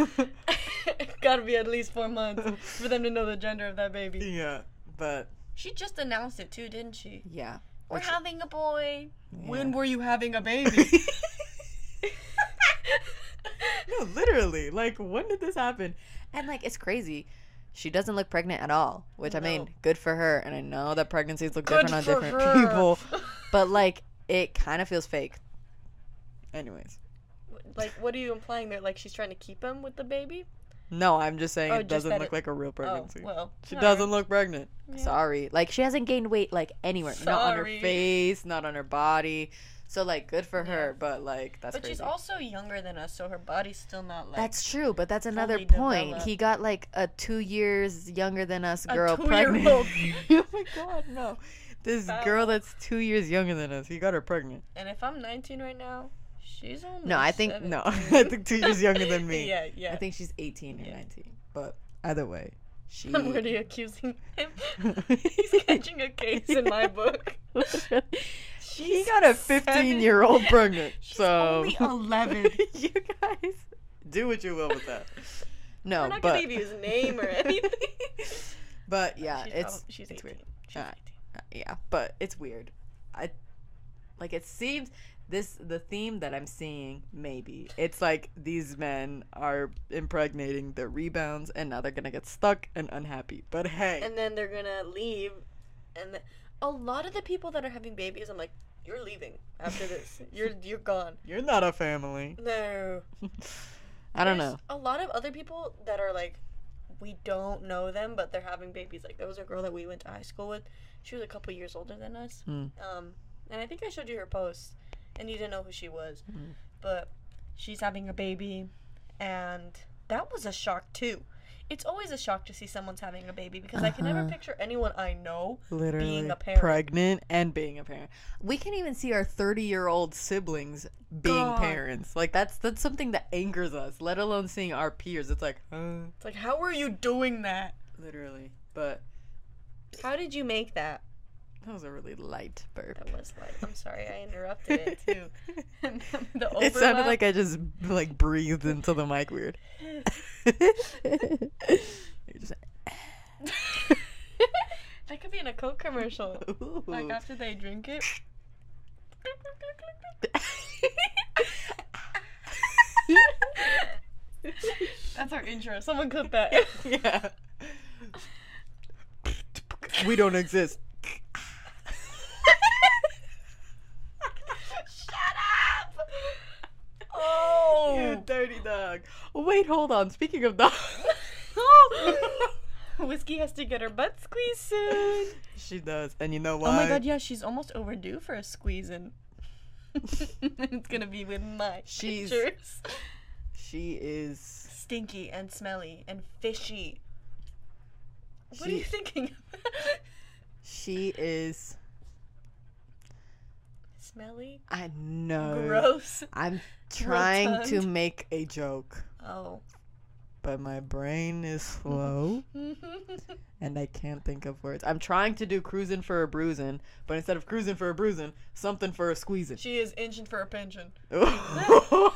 Speaker 1: Gotta be at least four months for them to know the gender of that baby.
Speaker 2: yeah. But
Speaker 1: She just announced it too, didn't she?
Speaker 2: yeah.
Speaker 1: We're
Speaker 2: Which-
Speaker 1: having a boy. When
Speaker 2: Yeah.
Speaker 1: were you having a baby?
Speaker 2: No, literally. Like, when did this happen? And like, it's crazy. She doesn't look pregnant at all, which I mean,
Speaker 1: No.
Speaker 2: good for her. And I know that pregnancies look
Speaker 1: Good
Speaker 2: different on
Speaker 1: for
Speaker 2: different
Speaker 1: her.
Speaker 2: people, but like, it kind of feels fake. Anyways,
Speaker 1: like, what are you implying there? Like, she's trying to keep him with the baby?
Speaker 2: No, I'm just saying
Speaker 1: Oh,
Speaker 2: it
Speaker 1: just
Speaker 2: doesn't
Speaker 1: that
Speaker 2: look
Speaker 1: it-
Speaker 2: like a real
Speaker 1: Oh,
Speaker 2: pregnancy.
Speaker 1: well.
Speaker 2: she
Speaker 1: all
Speaker 2: doesn't look pregnant.
Speaker 1: Yeah.
Speaker 2: Sorry. Like she hasn't gained weight like anywhere. Not on her
Speaker 1: Sorry.
Speaker 2: face, not on her body. So like good for her, but like that's
Speaker 1: But
Speaker 2: crazy.
Speaker 1: she's also younger than us, so her body's still not like.
Speaker 2: that's true, but that's another
Speaker 1: fully
Speaker 2: point.
Speaker 1: developed.
Speaker 2: He got like a two years younger than us
Speaker 1: A
Speaker 2: girl pregnant.
Speaker 1: two-year-old. Uh,
Speaker 2: oh my god, no. This
Speaker 1: That
Speaker 2: girl that's two years younger than us, he got her pregnant.
Speaker 1: and if I'm 19 right now, she's only.
Speaker 2: No, I think
Speaker 1: 17.
Speaker 2: no. I think two years younger than me.
Speaker 1: yeah, yeah.
Speaker 2: I think she's 18 or
Speaker 1: Yeah.
Speaker 2: 19. But either way, she.
Speaker 1: I'm already accusing him. He's catching a case in my book.
Speaker 2: he
Speaker 1: She's
Speaker 2: got a
Speaker 1: seven-
Speaker 2: 15 year old pregnant.
Speaker 1: She's
Speaker 2: so.
Speaker 1: only 11.
Speaker 2: you guys do what you will with that. No,
Speaker 1: We're not
Speaker 2: but
Speaker 1: gonna give you his name or anything.
Speaker 2: but yeah,
Speaker 1: she's
Speaker 2: it's
Speaker 1: prob- she's
Speaker 2: it's
Speaker 1: 18.
Speaker 2: weird.
Speaker 1: She's
Speaker 2: Uh, Uh, yeah, but it's weird. I like it seems this the theme that I'm seeing maybe. It's like these men are impregnating their rebounds and now they're going to get stuck and unhappy. But hey,
Speaker 1: 18. And then they're gonna leave, and th- a lot of the people that are having babies, I'm like, you're leaving after this. you're you're gone.
Speaker 2: you're not a family.
Speaker 1: No.
Speaker 2: I don't
Speaker 1: There's
Speaker 2: know.
Speaker 1: A lot of other people that are like, we don't know them, but they're having babies. Like there was a girl that we went to high school with. She was a couple years older than us.
Speaker 2: Hmm.
Speaker 1: Um, and I think I showed you her post, and you didn't know who she was,
Speaker 2: Hmm.
Speaker 1: but she's having a baby, and that was a shock too. It's always a shock to see someone's having a baby because I can never
Speaker 2: Uh-huh.
Speaker 1: picture anyone I know.
Speaker 2: Literally
Speaker 1: a parent.
Speaker 2: pregnant and being a parent. We can even see our 30-year-old siblings being
Speaker 1: God.
Speaker 2: parents. Like that's that's something that angers us, let alone seeing our peers. It's like, huh,
Speaker 1: It's like, how are you doing that?
Speaker 2: literally. But
Speaker 1: How did you make that?
Speaker 2: that was a really light burp.
Speaker 1: That was like, I'm sorry, I interrupted it too. And the
Speaker 2: It sounded
Speaker 1: overlap-
Speaker 2: like I just like breathed into the mic weird. You're just
Speaker 1: that could be in a Coke commercial.
Speaker 2: like, "Ooh."
Speaker 1: Like after they drink it.
Speaker 2: uh,
Speaker 1: That's our intro. Someone clip that.
Speaker 2: yeah. we don't exist.
Speaker 1: Shut up! Oh!
Speaker 2: You dirty dog. Wait, hold on. Speaking of dogs.
Speaker 1: Oh. Whiskey has to get her butt squeezed soon.
Speaker 2: she does. And you know
Speaker 1: Oh
Speaker 2: why?
Speaker 1: my god, yeah, she's almost overdue for a squeezing. it's gonna be with my
Speaker 2: She's-
Speaker 1: pictures.
Speaker 2: She is.
Speaker 1: Stinky and smelly and fishy. What are
Speaker 2: She-
Speaker 1: you thinking?
Speaker 2: She is.
Speaker 1: smelly?
Speaker 2: I know.
Speaker 1: Gross.
Speaker 2: I'm trying to
Speaker 1: Rotund.
Speaker 2: make a joke,
Speaker 1: Oh.
Speaker 2: but my brain is slow and I can't think of words. I'm trying to do cruising for a bruising, but instead of cruising for a bruising, something for a squeezing.
Speaker 1: she is inching for a pension.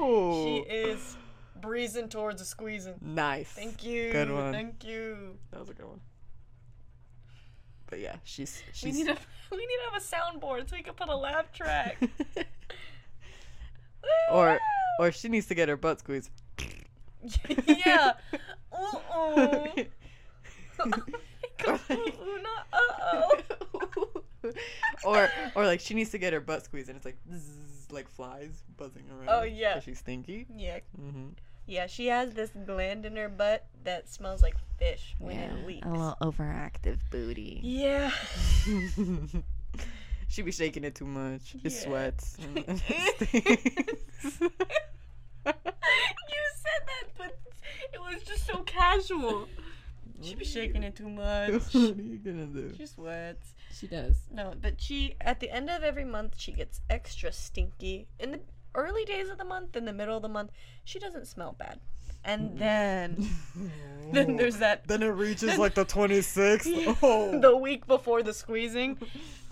Speaker 1: She
Speaker 2: she
Speaker 1: is breezing towards a squeezing.
Speaker 2: Nice.
Speaker 1: Thank you.
Speaker 2: Good one.
Speaker 1: Thank you.
Speaker 2: That was a good one. But yeah, she's
Speaker 1: We
Speaker 2: she's
Speaker 1: need, a, we need to have a soundboard so we can put a laugh track.
Speaker 2: or or she needs to get her butt squeezed.
Speaker 1: yeah. Uh-oh. Una- uh-oh.
Speaker 2: or or like she needs to get her butt squeezed and it's like zzz, like flies buzzing around.
Speaker 1: Oh, yeah.
Speaker 2: 'cause She's stinky.
Speaker 1: Yeah,
Speaker 2: Mm-hmm.
Speaker 1: yeah. She has this gland in her butt that smells like fish when it leaks.
Speaker 2: overactive booty.
Speaker 1: Yeah.
Speaker 2: she be shaking it too much. It
Speaker 1: Yeah.
Speaker 2: sweats. and it stinks.
Speaker 1: you said that, but it was just so casual. She be shaking it too much.
Speaker 2: what are you gonna do?
Speaker 1: She sweats.
Speaker 2: She does.
Speaker 1: No, but she at the end of every month she gets extra stinky. In the early days of the month, in the middle of the month, she doesn't smell bad. And
Speaker 2: Mm.
Speaker 1: then then there's that
Speaker 2: Then it reaches like the 26th. Oh.
Speaker 1: the week before the squeezing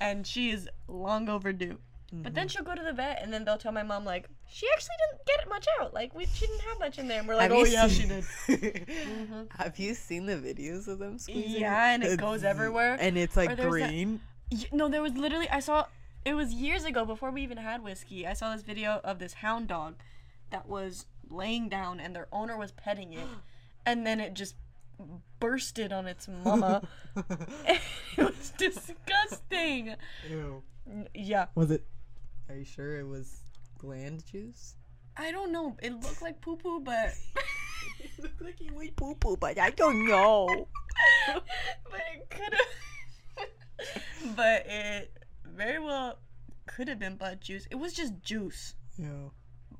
Speaker 1: and she is long overdue. But then she'll go to the vet and then they'll tell my mom like she actually didn't get much out. Like we she didn't have much in there. And we're like, "Oh yeah, she did." Mm-hmm.
Speaker 2: Have you seen the videos of them squeezing?
Speaker 1: Yeah, and it
Speaker 2: It's-
Speaker 1: goes everywhere.
Speaker 2: And it's
Speaker 1: Or
Speaker 2: like
Speaker 1: there's that-
Speaker 2: green.
Speaker 1: Y- No, there was literally I saw it was years ago before we even had whiskey. I saw this video of this hound dog that was laying down and their owner was petting it and then it just bursted on its mama. it was disgusting.
Speaker 2: Ew.
Speaker 1: N- Yeah.
Speaker 2: Was it? Are you sure it was gland juice?
Speaker 1: I don't know. It looked like poo poo, but
Speaker 4: Looks like he went
Speaker 2: Poo poo, but I don't know.
Speaker 1: but it could have. but it very well could have been butt juice. It was just juice,
Speaker 2: Yeah.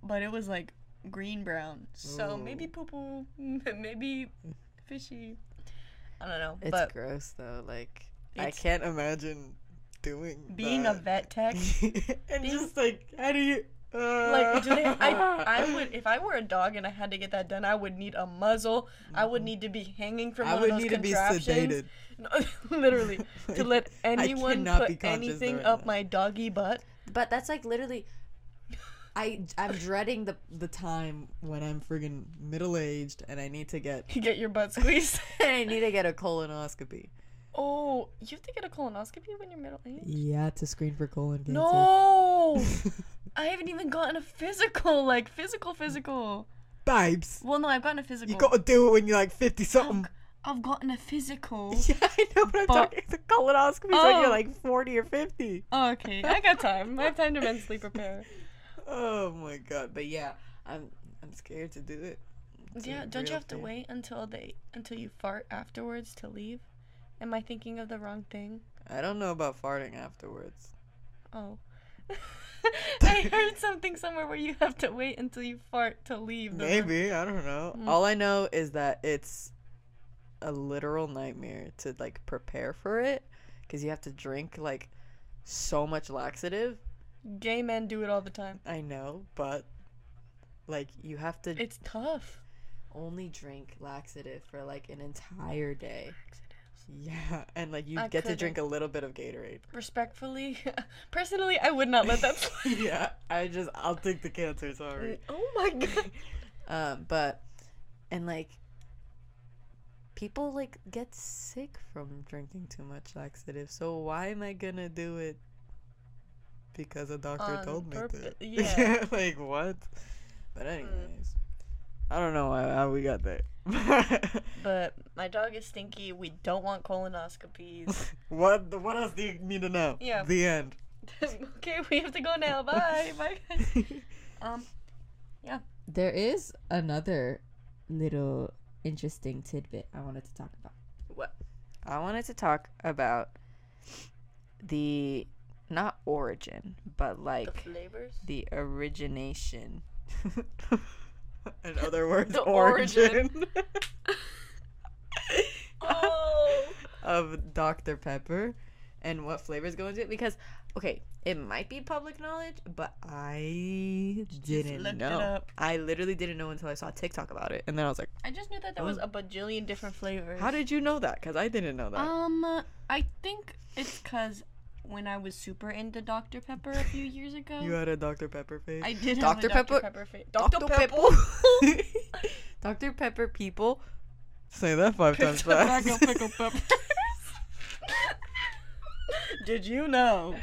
Speaker 1: but it was like green brown. So
Speaker 2: Ooh.
Speaker 1: maybe poo poo, maybe fishy. I don't know.
Speaker 4: It's
Speaker 1: but
Speaker 4: gross though. Like I
Speaker 1: It's-
Speaker 4: can't.
Speaker 2: Imagine doing
Speaker 1: being a vet tech,
Speaker 2: and
Speaker 1: being-
Speaker 2: just like how do you? uh,
Speaker 1: like do they, I, I would if I were a dog and I had to get that done, I would need a muzzle. I would need to be hanging from
Speaker 2: Mm-hmm. I
Speaker 1: one
Speaker 2: would
Speaker 1: of those
Speaker 2: need to be
Speaker 1: contraptions.
Speaker 2: sedated.
Speaker 1: No, literally, to let anyone
Speaker 2: cannot be
Speaker 1: put
Speaker 2: conscious
Speaker 1: anything
Speaker 2: right
Speaker 1: up
Speaker 2: now.
Speaker 1: my doggy butt.
Speaker 4: But that's like literally.
Speaker 2: I I'm dreading the the time when I'm friggin' middle aged and I need to get
Speaker 1: Get your butt squeezed.
Speaker 4: I need to get a colonoscopy.
Speaker 1: Oh, you have to get a colonoscopy when you're middle aged?
Speaker 2: yeah to screen for colon cancer.
Speaker 1: No! I haven't even gotten a physical, like physical, physical.
Speaker 2: Babes,
Speaker 1: Well, no, I've gotten a physical.
Speaker 2: you gotta do it when you're like fifty something.
Speaker 1: I've gotten a physical.
Speaker 2: Yeah, I know, but I'm
Speaker 1: But-
Speaker 2: talking the colonoscopy when
Speaker 1: Oh.
Speaker 2: you're like forty or fifty.
Speaker 1: Oh, okay, I got time. I have time to mentally prepare.
Speaker 2: Oh my god, but yeah, I'm I'm scared to do it. It's a
Speaker 1: Yeah, don't you
Speaker 2: real
Speaker 1: have to
Speaker 2: thing.
Speaker 1: wait until they until you fart afterwards to leave? Am I thinking of the wrong thing?
Speaker 2: I don't know about farting afterwards.
Speaker 1: Oh. I heard something somewhere where you have to wait until you fart to leave. the room.
Speaker 2: Maybe I don't know.
Speaker 1: Mm.
Speaker 2: All I know is that it's a literal nightmare to like prepare for it because you have to drink like so much laxative.
Speaker 1: Gay men do it all the time.
Speaker 2: I know, but like you have to
Speaker 1: It's tough.
Speaker 2: only drink laxative for like an entire day. Yeah, and like you
Speaker 1: I
Speaker 2: get to
Speaker 1: couldn't.
Speaker 2: drink a little bit of Gatorade.
Speaker 1: Respectfully, personally, I would not let that slide.
Speaker 2: yeah, I just I'll take the cancer. Sorry.
Speaker 1: Oh my god.
Speaker 2: Um, but and like people like get sick from drinking too much laxative. So why am I gonna do it? Because a doctor
Speaker 1: On
Speaker 2: told me to.
Speaker 1: purpo- yeah.
Speaker 2: like what? But anyways, I don't know why, how we got there.
Speaker 1: But my dog is stinky. We don't want colonoscopies.
Speaker 2: what the- what else do you need to know?
Speaker 1: Yeah.
Speaker 2: The end.
Speaker 1: okay, we have to go now. Bye. Bye. guys. Um,
Speaker 4: There is another little interesting tidbit I wanted to talk about.
Speaker 2: I wanted to talk about the not origin, but like
Speaker 1: the flavors.
Speaker 2: the origination. In other words,
Speaker 1: The
Speaker 2: origin,
Speaker 1: Oh.
Speaker 2: of Dr. Pepper and what flavors go into it. Because, okay, it might be public knowledge, but I didn't
Speaker 1: looked it
Speaker 2: know.
Speaker 1: up.
Speaker 2: I literally didn't know until I saw TikTok about it. And then I was like,
Speaker 1: I just knew that there was a bajillion different flavors.
Speaker 2: Oh. how did you know that? Because I didn't know that.
Speaker 1: Um, I think it's because when I was super into Dr. Pepper a few years ago,
Speaker 2: you had a Dr. Pepper face?
Speaker 1: I did have
Speaker 2: Dr.
Speaker 1: a Dr.
Speaker 2: Pepper-
Speaker 1: Pepper. fa-
Speaker 2: Dr.
Speaker 1: Dr. Pepper.
Speaker 2: Pepper. Dr. Pepper people. Say that five times
Speaker 1: a bag
Speaker 2: fast.
Speaker 1: of pickled peppers. Did you know?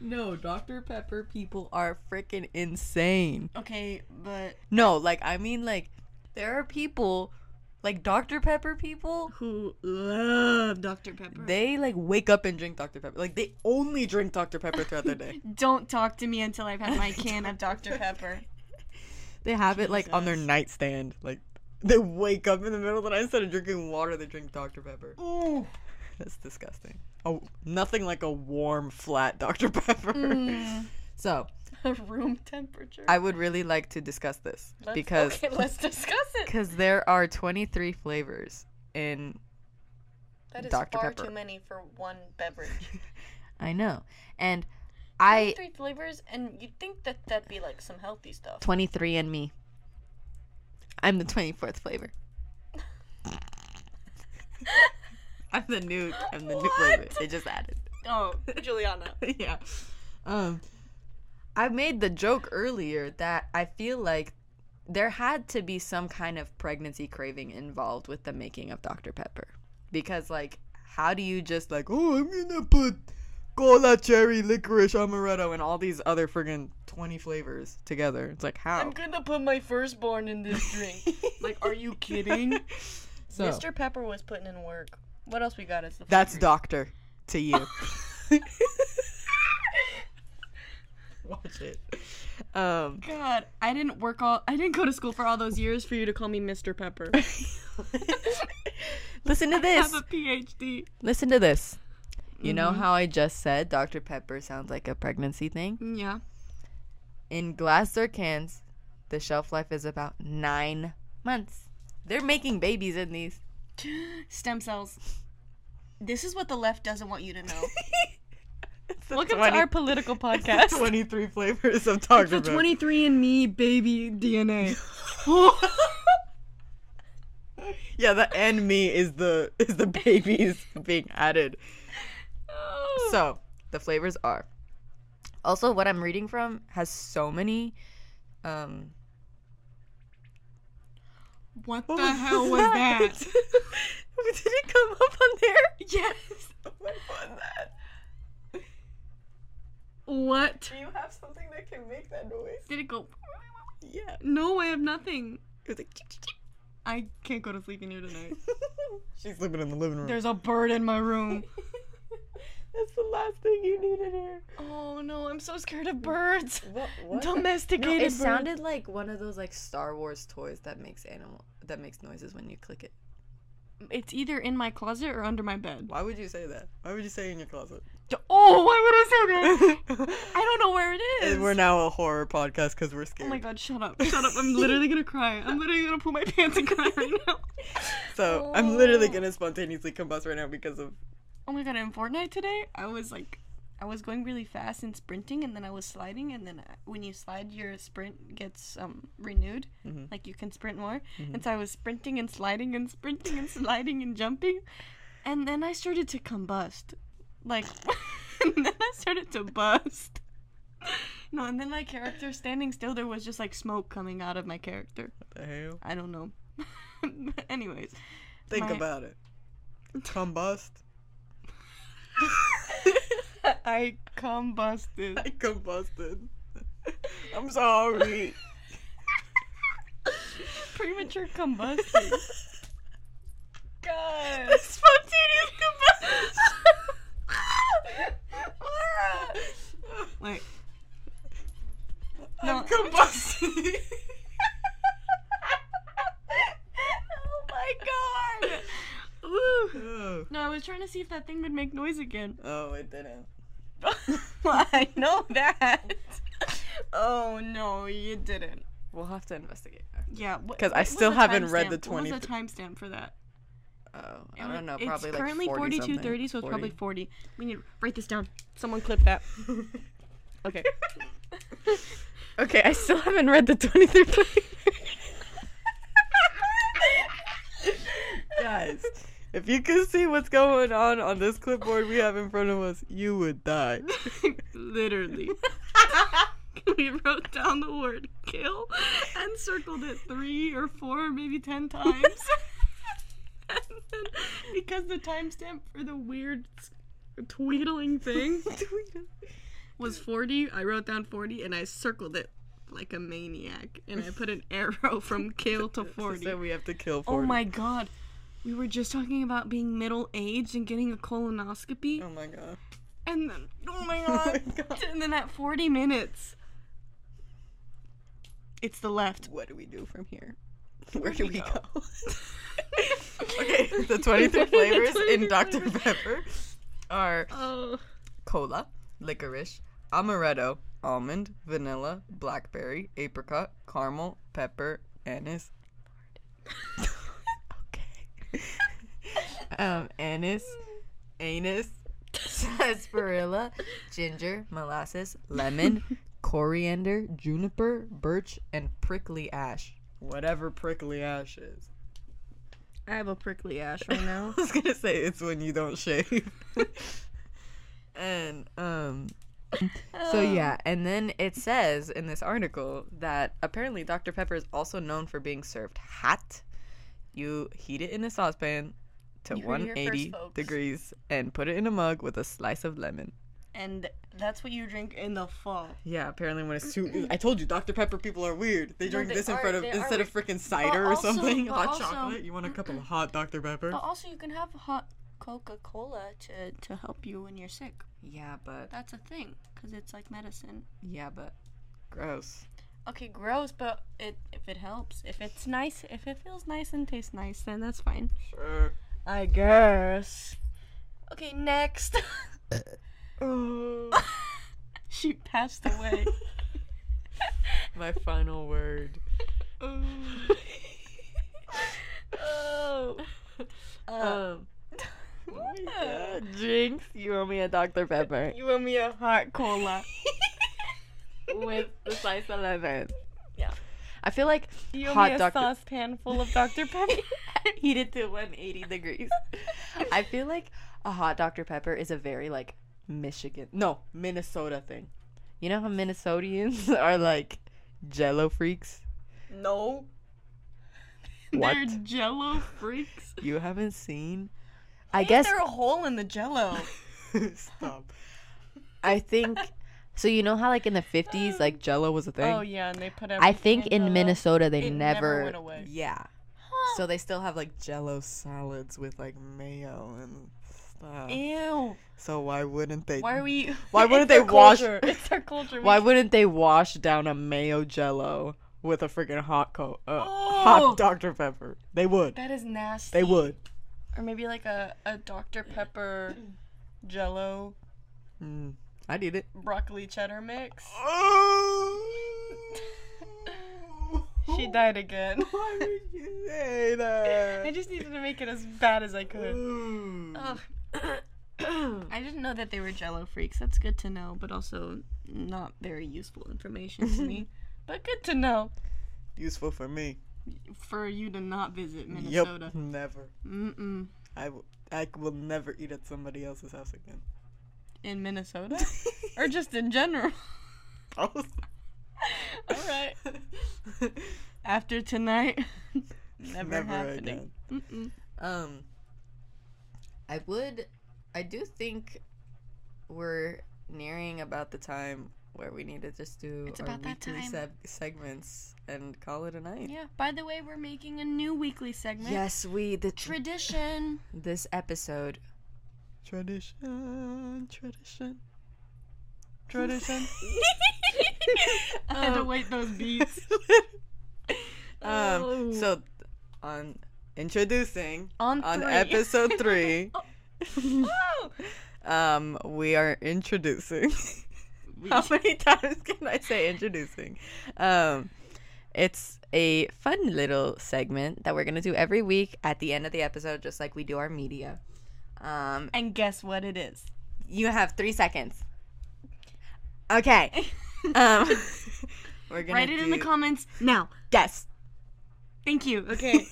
Speaker 2: no, Dr. Pepper people are freaking insane.
Speaker 1: Okay, but
Speaker 2: No, like I mean like there are people like Dr. Pepper people,
Speaker 1: who love Dr. Pepper?
Speaker 2: they like wake up and drink Dr. Pepper. Like they only drink Dr. Pepper throughout their day.
Speaker 1: Don't talk to me until I've had my can of Dr. Pepper.
Speaker 2: They have it like on their nightstand. Like they wake up in the middle of the night instead of drinking water, they drink Dr. Pepper.
Speaker 1: Ooh.
Speaker 2: That's disgusting. Oh, nothing like a warm, flat Dr. Pepper.
Speaker 1: Mm.
Speaker 2: So,
Speaker 1: Room temperature.
Speaker 2: I would really like to discuss this
Speaker 1: Let's-
Speaker 2: because
Speaker 1: okay, let's discuss it.
Speaker 2: because there are 23 flavors in
Speaker 1: That is
Speaker 2: Dr.
Speaker 1: far
Speaker 2: Pepper.
Speaker 1: too many for one beverage.
Speaker 2: I know. And I
Speaker 1: Three flavors, and you'd think that that'd be like some healthy stuff.
Speaker 2: 23 and me. I'm the 24th flavor. I'm the new I'm the new flavor. They just added.
Speaker 1: Oh, Juliana.
Speaker 2: yeah. Um I made the joke earlier that I feel like there had to be some kind of pregnancy craving involved with the making of Dr. Pepper. Because like how do you just like, oh I'm gonna put cola cherry licorice amaretto and all these other friggin' twenty flavors together. It's like how
Speaker 1: I'm gonna put my firstborn in this drink. like, are you kidding?
Speaker 2: so,
Speaker 1: Mr. Pepper was putting in work. What else we got as the
Speaker 2: That's
Speaker 1: flavors?
Speaker 2: Doctor to you. Watch it.
Speaker 5: Um,
Speaker 1: God, I didn't work all. I didn't go to school for all those years for you to call me Mr. Pepper.
Speaker 2: Listen to
Speaker 1: I have
Speaker 2: this.
Speaker 1: a Mm-hmm. PhD.
Speaker 2: Listen to this. You know how I just said Dr. Pepper sounds like a pregnancy thing?
Speaker 1: Mm, Yeah.
Speaker 2: In Glasser cans, the shelf life is about nine months. They're making babies in these.
Speaker 1: Stem cells. This is what the left doesn't want you to know.
Speaker 2: It's the
Speaker 1: Welcome
Speaker 2: 20
Speaker 1: to our political podcast.
Speaker 2: 23 flavors of Dr.
Speaker 1: the 23 and me baby DNA.
Speaker 2: Yeah, the and me is the is the babies being added. So the flavors are. Also, what I'm reading from has so many. Um,
Speaker 1: what the hell was that?
Speaker 2: Did it come up on there?
Speaker 1: Yes.
Speaker 2: What was that?
Speaker 1: What?
Speaker 2: Do you have something that can make that noise?
Speaker 1: Did it go?
Speaker 2: Yeah.
Speaker 1: No, I have nothing.
Speaker 2: It was like.
Speaker 1: I can't go to sleep in here tonight.
Speaker 2: She's living in the living room.
Speaker 1: There's a bird in my room.
Speaker 2: That's the last thing you needed here.
Speaker 1: Oh no, I'm so scared of birds.
Speaker 2: What?
Speaker 1: Domesticated
Speaker 2: No, it
Speaker 1: birds.
Speaker 2: sounded like one of those like Star Wars toys that makes animal that makes noises when you click it.
Speaker 1: It's either in my closet or under my bed.
Speaker 2: Why would you say that? Why would you say in your closet?
Speaker 1: D- Oh, why would I say that? I don't know where it is.
Speaker 2: now a horror podcast because we're
Speaker 1: Oh
Speaker 2: scared.
Speaker 1: my god, shut up. Shut up. I'm literally gonna cry. I'm literally gonna pull my pants and cry right now.
Speaker 2: So
Speaker 1: I'm literally
Speaker 2: gonna spontaneously combust right now because of.
Speaker 1: Oh my god, in Fortnite today, I was like, I was going really fast and sprinting, and then I was sliding, and then I- when you slide, your sprint gets um renewed,
Speaker 2: Mhm.
Speaker 1: like you can sprint more. And so I was sprinting and sliding and sprinting and sliding and jumping, and then I started to combust, like, and then I started to bust. No, and then my character standing still, there was just like smoke coming out of my character.
Speaker 2: The hell?
Speaker 1: I don't know. Anyways,
Speaker 2: Think
Speaker 1: My-
Speaker 2: about it. Combust.
Speaker 1: I combusted.
Speaker 2: I combusted. I'm sorry.
Speaker 1: premature combustion. God.
Speaker 2: Spontaneous combustion.
Speaker 1: Wait.
Speaker 2: I'm
Speaker 1: No.
Speaker 2: combusting.
Speaker 1: oh my god. Woo.
Speaker 2: oh,
Speaker 1: No, I was trying to see if that thing would make noise again.
Speaker 2: it didn't.
Speaker 1: I know that. Oh no, you didn't.
Speaker 2: We'll have to investigate.
Speaker 1: Yeah, wh-
Speaker 2: 'Cause I
Speaker 1: what was
Speaker 2: still
Speaker 1: the
Speaker 2: haven't read
Speaker 1: timestamp?
Speaker 2: the
Speaker 1: What
Speaker 2: 20
Speaker 1: was the timestamp for that?
Speaker 2: Oh,
Speaker 1: It
Speaker 2: I
Speaker 1: wa-
Speaker 2: don't know.
Speaker 1: It's
Speaker 2: Probably like
Speaker 1: currently
Speaker 2: 40
Speaker 1: 42
Speaker 2: something.
Speaker 1: 30, so it's
Speaker 2: 40.
Speaker 1: probably 40. We need write this down. Someone clip that. Okay.
Speaker 2: Okay, I still haven't read the 23 Guys, if you could see what's going on on this clipboard we have in front of us, you would die.
Speaker 1: Literally. we wrote down the word kill and circled it three or four, maybe ten times. and then, because the timestamp for the weird s- tweedling thing was 40, I wrote down 40 and I circled it like a maniac. And I put an arrow from kill to 40.
Speaker 2: So we have to kill 40.
Speaker 1: Oh my god. We were just talking about being middle aged and getting a colonoscopy.
Speaker 2: Oh my god.
Speaker 1: And then, oh my
Speaker 2: Oh my
Speaker 1: god.
Speaker 2: god.
Speaker 1: And then at 40 minutes, it's the left.
Speaker 2: What do we do from here? Where do we go? okay, the 23
Speaker 1: The
Speaker 2: flavors in
Speaker 1: 23
Speaker 2: Dr.
Speaker 1: flavors.
Speaker 2: Pepper are
Speaker 1: Oh.
Speaker 2: cola, licorice, amaretto, almond, vanilla, blackberry, apricot, caramel, pepper, anise. okay. um, anise, anus, sarsaparilla, ginger, molasses, lemon, coriander, juniper, birch, and prickly ash. Whatever prickly ash is.
Speaker 1: I have a prickly ash right now.
Speaker 2: I was gonna say it's when you don't shave. and um
Speaker 1: Oh.
Speaker 2: so yeah, and then it says in this article that apparently Dr. Pepper is also known for being served hot. You heat it in a saucepan to
Speaker 1: You heard it here
Speaker 2: 180
Speaker 1: first, folks.
Speaker 2: degrees and put it in a mug with a slice of lemon.
Speaker 1: And that's what you drink in the fall.
Speaker 2: Yeah, apparently when it's too I told you Dr. Pepper people are weird. They drink
Speaker 1: they
Speaker 2: this in
Speaker 1: are-
Speaker 2: front of
Speaker 1: they are
Speaker 2: instead of freaking cider or
Speaker 1: also-
Speaker 2: something,
Speaker 1: but
Speaker 2: hot
Speaker 1: also-
Speaker 2: chocolate. You want a cup of hot Dr. Pepper?
Speaker 1: But also, you can have hot Coca Cola to, to help you when you're sick.
Speaker 2: Yeah, but
Speaker 1: That's a thing, because it's like medicine.
Speaker 2: Yeah, but Gross.
Speaker 1: Okay, gross, but it if it helps, if it's nice, if it feels nice and tastes nice, then that's fine.
Speaker 2: Sure.
Speaker 1: I guess. Okay, next. she passed away.
Speaker 2: My final word.
Speaker 1: oh. Uh,
Speaker 2: Um. oh my God. Jinx, you owe me a Dr. Pepper
Speaker 1: You owe me a hot cola.
Speaker 2: with the slice of lemon.
Speaker 1: Yeah.
Speaker 2: I feel like
Speaker 1: You owe
Speaker 2: hot
Speaker 1: me a
Speaker 2: Dr.
Speaker 1: saucepan full of Dr. Pepper.
Speaker 2: heated to 180 degrees. I feel like a hot Dr. Pepper is a very like Michigan, no, Minnesota thing. You know how Minnesotians are like jello freaks?
Speaker 1: no.
Speaker 2: What?
Speaker 1: They're jello freaks.
Speaker 2: You haven't seen? I guess
Speaker 1: They're a hole in the jello.
Speaker 2: stop. I think so you know how like in the 50s like jello was a thing?
Speaker 1: Oh yeah, and they put
Speaker 2: I think in
Speaker 1: Minnesota.
Speaker 2: Minnesota they
Speaker 1: It never
Speaker 2: never,
Speaker 1: went away.
Speaker 2: Yeah. So they still have like jello salads with like mayo and stuff.
Speaker 1: Ew.
Speaker 2: So why wouldn't they
Speaker 1: Why are we?
Speaker 2: Why
Speaker 1: It's
Speaker 2: wouldn't
Speaker 1: our
Speaker 2: they wash-
Speaker 1: culture. It's our culture.
Speaker 2: Why
Speaker 1: Why?
Speaker 2: wouldn't they wash down a mayo jello with a freaking hot co- uh,
Speaker 1: Oh!
Speaker 2: hot Dr Pepper? They would.
Speaker 1: That is nasty.
Speaker 2: They would.
Speaker 1: Or maybe like a, a Dr Pepper, Jello,
Speaker 2: Mm, I'd eat it.
Speaker 1: broccoli cheddar mix. She died again.
Speaker 2: Why would you say
Speaker 1: I
Speaker 2: that?
Speaker 1: just needed to make it as bad as I could.
Speaker 2: Ooh.
Speaker 1: Ugh. I didn't know that they were Jello freaks. That's good to know, but also not very useful information to me. But good to know
Speaker 2: Useful for me.
Speaker 1: for you to not visit Minnesota.
Speaker 2: Yep. Never.
Speaker 1: Mm-mm.
Speaker 2: I, w- I will never eat at somebody else's house again.
Speaker 1: In Minnesota, or just in general. All right. After tonight, never,
Speaker 2: Never
Speaker 1: happening.
Speaker 2: again.
Speaker 1: Mm-mm.
Speaker 2: Um, I would, I do think we're nearing about the time where we need to just do
Speaker 1: It's
Speaker 2: our
Speaker 1: about that
Speaker 2: weekly
Speaker 1: time.
Speaker 2: seg- segments and call it a night.
Speaker 1: Yeah. By the way, we're making a new weekly segment.
Speaker 2: Yes, we the tr-
Speaker 1: Tradition.
Speaker 2: this episode tradition, tradition, tradition.
Speaker 1: I had to
Speaker 2: Um,
Speaker 1: wait those beats.
Speaker 2: um,
Speaker 1: Oh.
Speaker 2: so on introducing
Speaker 1: On,
Speaker 2: on
Speaker 1: three.
Speaker 2: episode three,
Speaker 1: Oh!
Speaker 2: um, we are introducing. How many times can I say introducing? Um, it's a fun little segment that we're gonna do every week at the end of the episode, just like we do our media. Um,
Speaker 1: And guess what it is?
Speaker 2: you have three seconds. Okay. Um, we're gonna
Speaker 1: Write it in the
Speaker 2: do-
Speaker 1: comments now.
Speaker 2: Yes.
Speaker 1: Thank you. Okay.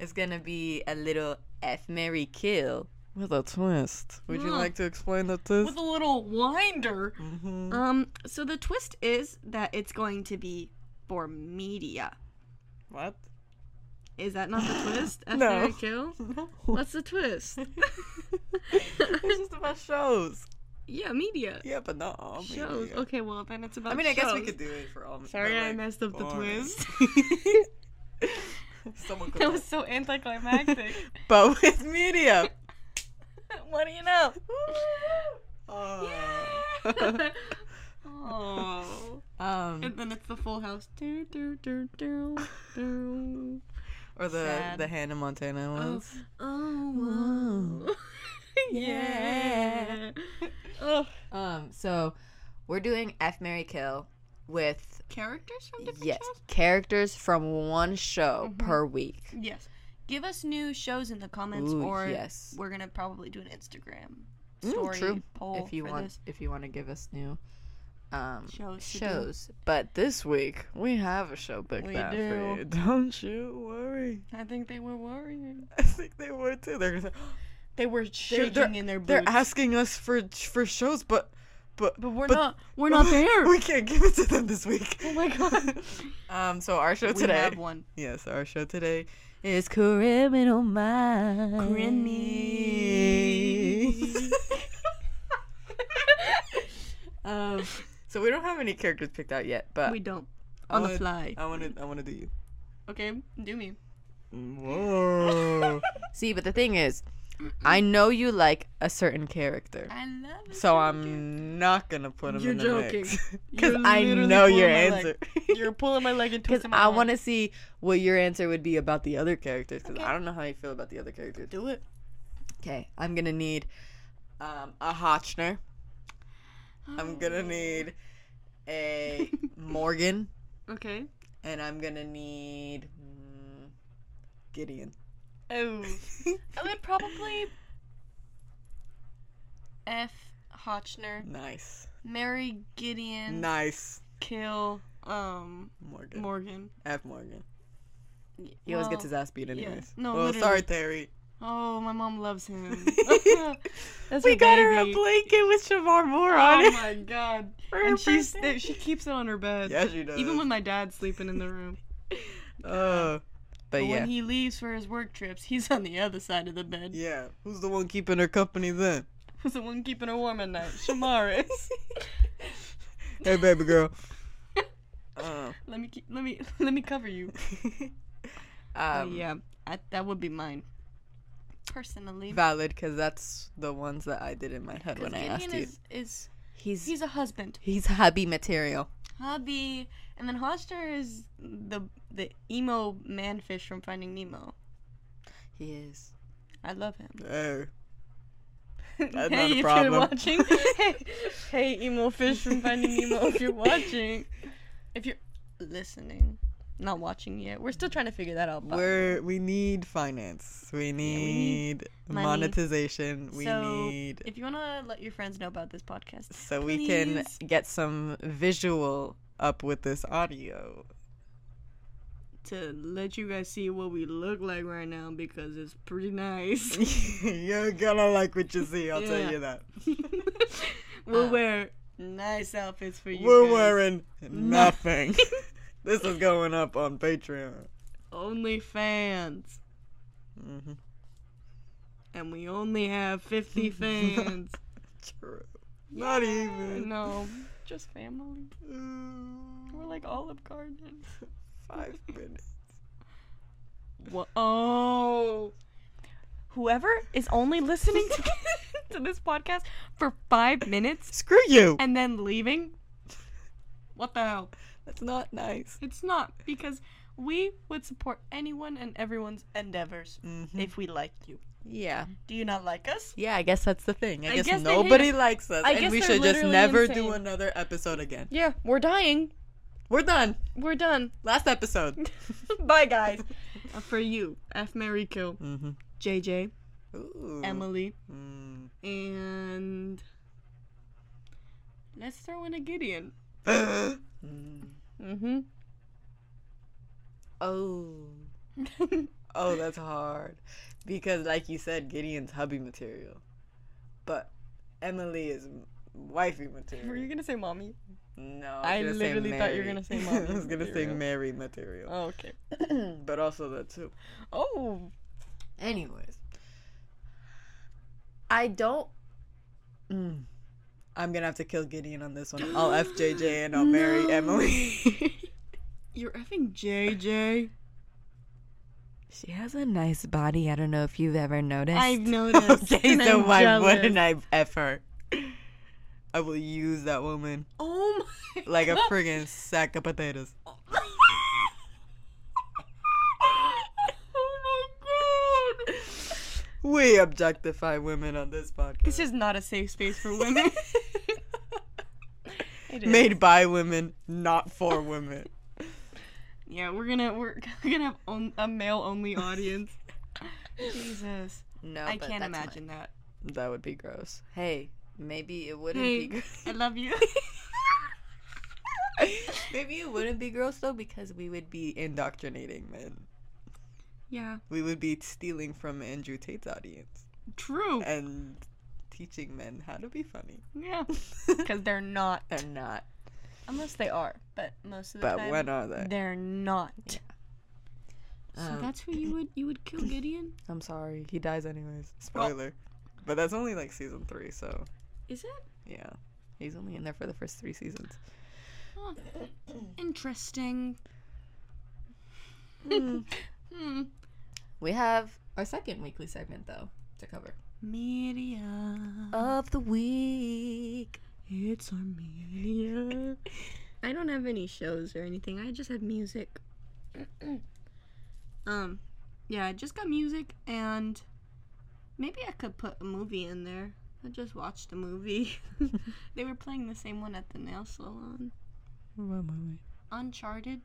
Speaker 2: it's gonna be a little F Mary kill with a twist. Would you
Speaker 1: Mm.
Speaker 2: like to explain the twist?
Speaker 1: With a little winder.
Speaker 2: mm-hmm.
Speaker 1: Um. So the twist is that it's going to be for media.
Speaker 2: What?
Speaker 1: Is that not the twist? After
Speaker 2: No.
Speaker 1: I kill? What's the twist?
Speaker 2: it's just about shows.
Speaker 1: yeah, media.
Speaker 2: Yeah, but not all
Speaker 1: Shows.
Speaker 2: media.
Speaker 1: Okay, well then it's about.
Speaker 2: Oh I mean, I guess we
Speaker 1: shows.
Speaker 2: could do it for all.
Speaker 1: Sorry,
Speaker 2: but,
Speaker 1: I
Speaker 2: like,
Speaker 1: messed up the
Speaker 2: boring.
Speaker 1: twist.
Speaker 2: Someone could.
Speaker 1: That was so anticlimactic.
Speaker 2: But with media.
Speaker 1: what do you know?
Speaker 2: Oh. Uh.
Speaker 1: oh.
Speaker 2: um,
Speaker 1: And then it's the Full House. Do, do, do, do, do.
Speaker 2: or the
Speaker 1: Sad.
Speaker 2: the Hannah Montana
Speaker 1: Oh,
Speaker 2: ones.
Speaker 1: oh, wow. yeah. Oh,
Speaker 2: Um, so we're doing F Mary Kill with
Speaker 1: characters from different
Speaker 2: yes
Speaker 1: shows. Mm-hmm.
Speaker 2: characters from one show per week.
Speaker 1: Yes. Give us new shows in the comments,
Speaker 2: Ooh,
Speaker 1: or
Speaker 2: yes.
Speaker 1: we're gonna probably do an Instagram
Speaker 2: Mm,
Speaker 1: story
Speaker 2: true.
Speaker 1: poll
Speaker 2: if you
Speaker 1: for
Speaker 2: want,
Speaker 1: this.
Speaker 2: if you want to give us new um
Speaker 1: Shows to do.
Speaker 2: shows, but this week we have a show picked
Speaker 1: We
Speaker 2: out for
Speaker 1: do.
Speaker 2: you. Don't you worry.
Speaker 1: I think they were worrying.
Speaker 2: I think they were too. They're gonna,
Speaker 1: They were shaking
Speaker 2: they're-
Speaker 1: in their boots.
Speaker 2: they're asking us for for shows, but but
Speaker 1: but we're
Speaker 2: but-
Speaker 1: not. We're not there.
Speaker 2: we can't give it to them this week.
Speaker 1: oh my god.
Speaker 2: Um, so our show
Speaker 1: we
Speaker 2: today.
Speaker 1: have one.
Speaker 2: Yes, our show today is Criminal Minds.
Speaker 1: Crimmy.
Speaker 2: um, so we don't have any characters picked out yet, but
Speaker 1: we don't.
Speaker 2: I
Speaker 1: On the
Speaker 2: wanna-
Speaker 1: fly.
Speaker 2: I want to. I want to do you.
Speaker 1: Okay, do me.
Speaker 2: Oh. Whoa. See, but the thing is, I know you like a certain character.
Speaker 1: I love.
Speaker 2: So I'm not gonna put him
Speaker 1: You're
Speaker 2: in the
Speaker 1: joking.
Speaker 2: Because
Speaker 1: You're
Speaker 2: I
Speaker 1: literally
Speaker 2: know your
Speaker 1: pulling my leg.
Speaker 2: answer.
Speaker 1: You're pulling my leg and
Speaker 2: Because
Speaker 1: twisting my
Speaker 2: I want to see what your answer would be about the other characters. Because
Speaker 1: Okay.
Speaker 2: I don't know how you feel about the other characters.
Speaker 1: do it.
Speaker 2: Okay, I'm gonna need um, a Hotchner.
Speaker 1: Oh.
Speaker 2: I'm gonna need a Morgan,
Speaker 1: Okay.
Speaker 2: and I'm gonna need mm, Gideon.
Speaker 1: Oh, I would probably f Hotchner,
Speaker 2: nice,
Speaker 1: marry Gideon,
Speaker 2: nice
Speaker 1: kill um
Speaker 2: Morgan.
Speaker 1: Morgan.
Speaker 2: F Morgan.
Speaker 1: Y-
Speaker 2: He always gets his
Speaker 1: well,
Speaker 2: ass beat,
Speaker 1: yeah.
Speaker 2: anyways.
Speaker 1: No,
Speaker 2: well,
Speaker 1: literally.
Speaker 2: sorry, Terry.
Speaker 1: Oh, my mom loves him. That's
Speaker 2: we
Speaker 1: her
Speaker 2: got her a
Speaker 1: baby.
Speaker 2: blanket with Shamar Moore on
Speaker 1: Oh
Speaker 2: it.
Speaker 1: my god.
Speaker 2: for her
Speaker 1: And she's
Speaker 2: birthday.
Speaker 1: she keeps it on her bed.
Speaker 2: yeah, she does.
Speaker 1: Even when my dad's sleeping in the room.
Speaker 2: Uh, but
Speaker 1: But
Speaker 2: yeah,
Speaker 1: when he leaves for his work trips, he's on the other side of the bed.
Speaker 2: yeah. Who's the one keeping her company then?
Speaker 1: Who's the one keeping her warm at night? Shamar is.
Speaker 2: Hey, baby girl. uh,
Speaker 1: let me keep, let me let me cover you. But
Speaker 2: um,
Speaker 1: yeah, I, that would be mine. Personally,
Speaker 2: valid because that's the ones that I did in my head
Speaker 1: 'Cause
Speaker 2: when I
Speaker 1: Gideon
Speaker 2: asked you.
Speaker 1: is, is
Speaker 2: He's he's,
Speaker 1: he's a husband,
Speaker 2: hubby material.
Speaker 1: hobby, and then Hoster is the the emo manfish from Finding Nemo.
Speaker 2: He is.
Speaker 1: I love him.
Speaker 2: Hey, not a
Speaker 1: hey, if
Speaker 2: problem.
Speaker 1: you're watching, hey, hey, emo fish from Finding Nemo, if you're watching, if you're listening, not watching yet, we're still trying to figure that out. by the way.
Speaker 2: we're we need finance. We need,
Speaker 1: need money.
Speaker 2: monetization. We
Speaker 1: So,
Speaker 2: need
Speaker 1: If you wanna let your friends know about this podcast,
Speaker 2: so we can
Speaker 1: please
Speaker 2: get some visual up with this audio.
Speaker 1: to let you guys see what we look like right now because it's pretty nice.
Speaker 2: You're gonna like what you see. I'll
Speaker 1: Yeah.
Speaker 2: tell you that.
Speaker 1: we'll wear nice outfits for you.
Speaker 2: We're
Speaker 1: guys.
Speaker 2: wearing nothing. this is going up on Patreon.
Speaker 1: only fans,
Speaker 2: hmm
Speaker 1: and we only have fifty fans.
Speaker 2: True. Not even.
Speaker 1: no, just family. We're
Speaker 2: Ooh,
Speaker 1: like Olive Garden.
Speaker 2: Five minutes.
Speaker 1: Wha Oh. Whoever is only listening to, to this podcast for five minutes
Speaker 2: Screw you.
Speaker 1: and then leaving, what the hell?
Speaker 2: That's not nice.
Speaker 1: It's not because we would support anyone and everyone's endeavors
Speaker 2: Mhm.
Speaker 1: if we liked you.
Speaker 2: Yeah.
Speaker 1: Do you not like us?
Speaker 2: Yeah, I guess that's the thing. I,
Speaker 1: I
Speaker 2: guess,
Speaker 1: guess they hate
Speaker 2: nobody likes us.
Speaker 1: I
Speaker 2: and
Speaker 1: guess
Speaker 2: we
Speaker 1: they're
Speaker 2: should just
Speaker 1: literally
Speaker 2: never do
Speaker 1: insane.
Speaker 2: another episode again.
Speaker 1: Yeah, we're dying.
Speaker 2: We're done.
Speaker 1: We're done.
Speaker 2: Last episode.
Speaker 1: Bye, guys. for you, F. Mary Kill,
Speaker 2: mm-hmm.
Speaker 1: JJ,
Speaker 2: Ooh.
Speaker 1: Emily,
Speaker 2: Mm.
Speaker 1: and let's throw in a Gideon.
Speaker 2: Mm. Oh.
Speaker 1: Mm-hmm.
Speaker 2: Oh, that's hard. Because, like you said, Gideon's hubby material. But Emily is m- wifey
Speaker 1: Were
Speaker 2: material.
Speaker 1: you gonna say mommy?
Speaker 2: No.
Speaker 1: I
Speaker 2: was gonna
Speaker 1: literally thought you were
Speaker 2: Mary.
Speaker 1: gonna say
Speaker 2: I
Speaker 1: mommy
Speaker 2: was going to say
Speaker 1: material.
Speaker 2: Mary material.
Speaker 1: Oh, okay.
Speaker 2: but also that, too.
Speaker 1: Oh,
Speaker 2: Anyways. I don't. Mm. I'm going to have to kill Gideon on this one. I'll FJJ and I'll marry
Speaker 1: No.
Speaker 2: Emily.
Speaker 1: you're effing JJ.
Speaker 2: She has a nice body. I don't know if you've ever noticed.
Speaker 1: I've noticed.
Speaker 2: okay,
Speaker 1: and
Speaker 2: so
Speaker 1: I'm
Speaker 2: why
Speaker 1: jealous.
Speaker 2: wouldn't I F her? I will use that woman
Speaker 1: Oh my.
Speaker 2: like a
Speaker 1: God.
Speaker 2: friggin' sack of potatoes.
Speaker 1: oh my god.
Speaker 2: We objectify women on this podcast.
Speaker 1: This is not a safe space for women. it is.
Speaker 2: made by women, not for women.
Speaker 1: Yeah, we're gonna we're gonna have on, a male only audience. Jesus,
Speaker 2: No,
Speaker 1: I can't imagine that.
Speaker 2: That would be gross. Hey, maybe it wouldn't
Speaker 1: Hey,
Speaker 2: be. gross.
Speaker 1: I love you.
Speaker 2: maybe it wouldn't be gross though because we would be indoctrinating men.
Speaker 1: yeah,
Speaker 2: We would be stealing from Andrew Tate's audience
Speaker 1: true.
Speaker 2: and teaching men how to be funny.
Speaker 1: Yeah, because they're not.
Speaker 2: They're not.
Speaker 1: Unless they are, but most of the
Speaker 2: Eh. But
Speaker 1: time
Speaker 2: when are they?
Speaker 1: they're not.
Speaker 2: Um,
Speaker 1: so that's who you would you would kill Gideon?
Speaker 2: I'm sorry. He dies anyways.
Speaker 1: Well-
Speaker 2: Spoiler. but that's only like season three, so
Speaker 1: Is it?
Speaker 2: yeah. He's only in there for the first three seasons.
Speaker 1: Huh. Interesting. hmm.
Speaker 2: We have our second weekly segment though. to cover.
Speaker 1: Media.
Speaker 2: Uh,
Speaker 6: Of the week.
Speaker 1: It's our media. I don't have any shows or anything. I just have music. um, yeah, I just got music and maybe I could put a movie in there. I just watched a movie. they were playing the same one at the nail salon. Uncharted.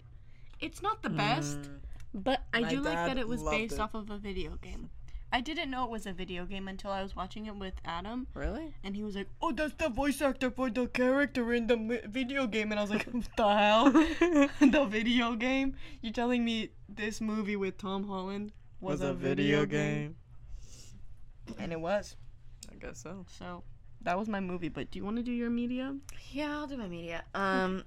Speaker 1: It's not the best,
Speaker 6: Hmm.
Speaker 1: but I
Speaker 2: Mm. My
Speaker 1: do like
Speaker 2: dad
Speaker 1: that it was
Speaker 2: loved
Speaker 1: based
Speaker 2: it.
Speaker 1: off of a video game. I didn't know it was a video game until I was watching it with Adam,
Speaker 2: Really?
Speaker 1: and he was like, "Oh, that's the voice actor for the character in the mi- video game." And I was like, "What the hell? the video game? You're telling me this movie with Tom Holland was, a, video, game. And it was.
Speaker 2: I guess so.
Speaker 1: So that was my movie. But do you want to do your media?
Speaker 2: Yeah, I'll do my media. Um,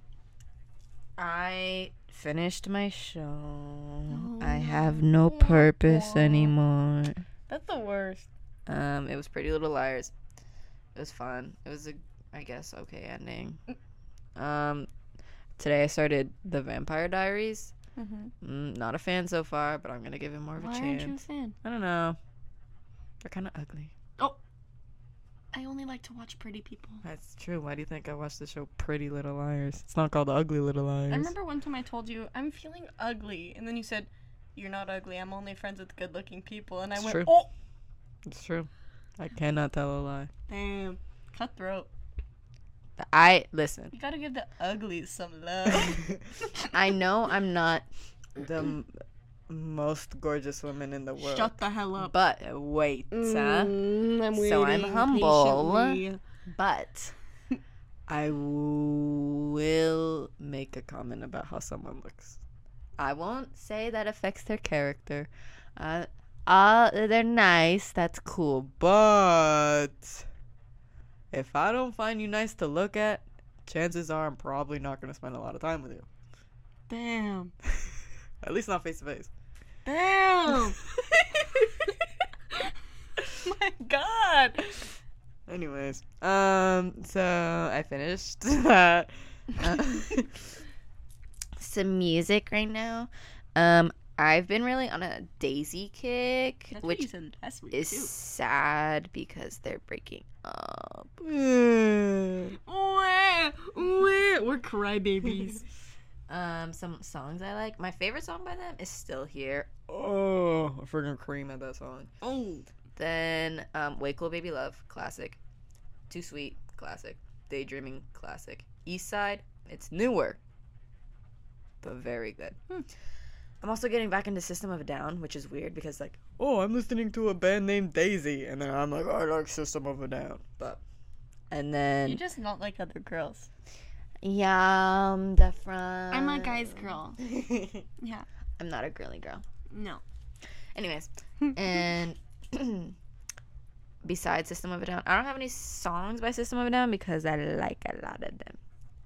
Speaker 2: I finished my show.
Speaker 6: Oh.
Speaker 2: I have no purpose anymore.
Speaker 1: That's the worst.
Speaker 2: Um, it was Pretty Little Liars. It was fun. It was a, I guess, okay ending.
Speaker 6: Mm.
Speaker 2: Um, today I started The Vampire Diaries.
Speaker 1: Mm-hmm.
Speaker 2: Mm, not a fan so far, but I'm gonna give it more of a
Speaker 1: Why aren't you a
Speaker 2: chance.
Speaker 1: fan?
Speaker 2: I don't know. They're kind of ugly.
Speaker 1: I only like to watch pretty people.
Speaker 2: That's true. Why do you think I watched the show Pretty Little Liars? It's not called Ugly Little Liars.
Speaker 1: I remember one time I told you I'm feeling ugly, and then you said. You're not ugly. I'm only friends with good-looking people, and I
Speaker 2: It's
Speaker 1: went,
Speaker 2: true.
Speaker 1: "Oh,
Speaker 2: It's true. I cannot tell a lie.
Speaker 1: damn, cutthroat!
Speaker 2: I listen.
Speaker 1: You gotta give the uglies some love."
Speaker 2: I know I'm not the m- most gorgeous woman in the world,
Speaker 1: Shut the hell up.
Speaker 2: but wait, uh,
Speaker 1: I'm
Speaker 2: so I'm
Speaker 1: waiting
Speaker 2: humble.
Speaker 1: patiently.
Speaker 2: but I will make a comment about how someone looks. I won't say that affects their character. Uh, uh, they're nice. That's cool, but if I don't find you nice to look at, chances are I'm probably not gonna spend a lot of time with you.
Speaker 1: Damn.
Speaker 2: At least not face to face.
Speaker 1: Damn. My God.
Speaker 2: Anyways, um, so I finished that. Uh, some music right now. Um, I've been really on a Daisy kick, which
Speaker 1: said last week
Speaker 2: is sad because they're breaking up.
Speaker 1: We're, we're, we're crybabies.
Speaker 2: Um, some songs I like. My favorite song by them is still here. Oh, I freaking cream at that song.
Speaker 1: oh.
Speaker 2: Then um, Wait Cool Baby Love, classic. Too Sweet, classic. Daydreaming, classic. East Side, it's newer, but very good. Hmm. I'm also getting back into System of a Down, which is weird because like, oh, I'm listening to a band named Daisy, and then I'm like, I like System of a Down, but. And
Speaker 1: You're
Speaker 2: then
Speaker 1: just not like other girls.
Speaker 2: yeah, I'm the front.
Speaker 1: I'm a guy's
Speaker 2: Uh,
Speaker 1: girl. Yeah.
Speaker 2: I'm not a girly girl.
Speaker 1: No.
Speaker 2: Anyways, and besides System of a Down, I don't have any songs by System of a Down because I like a lot of them.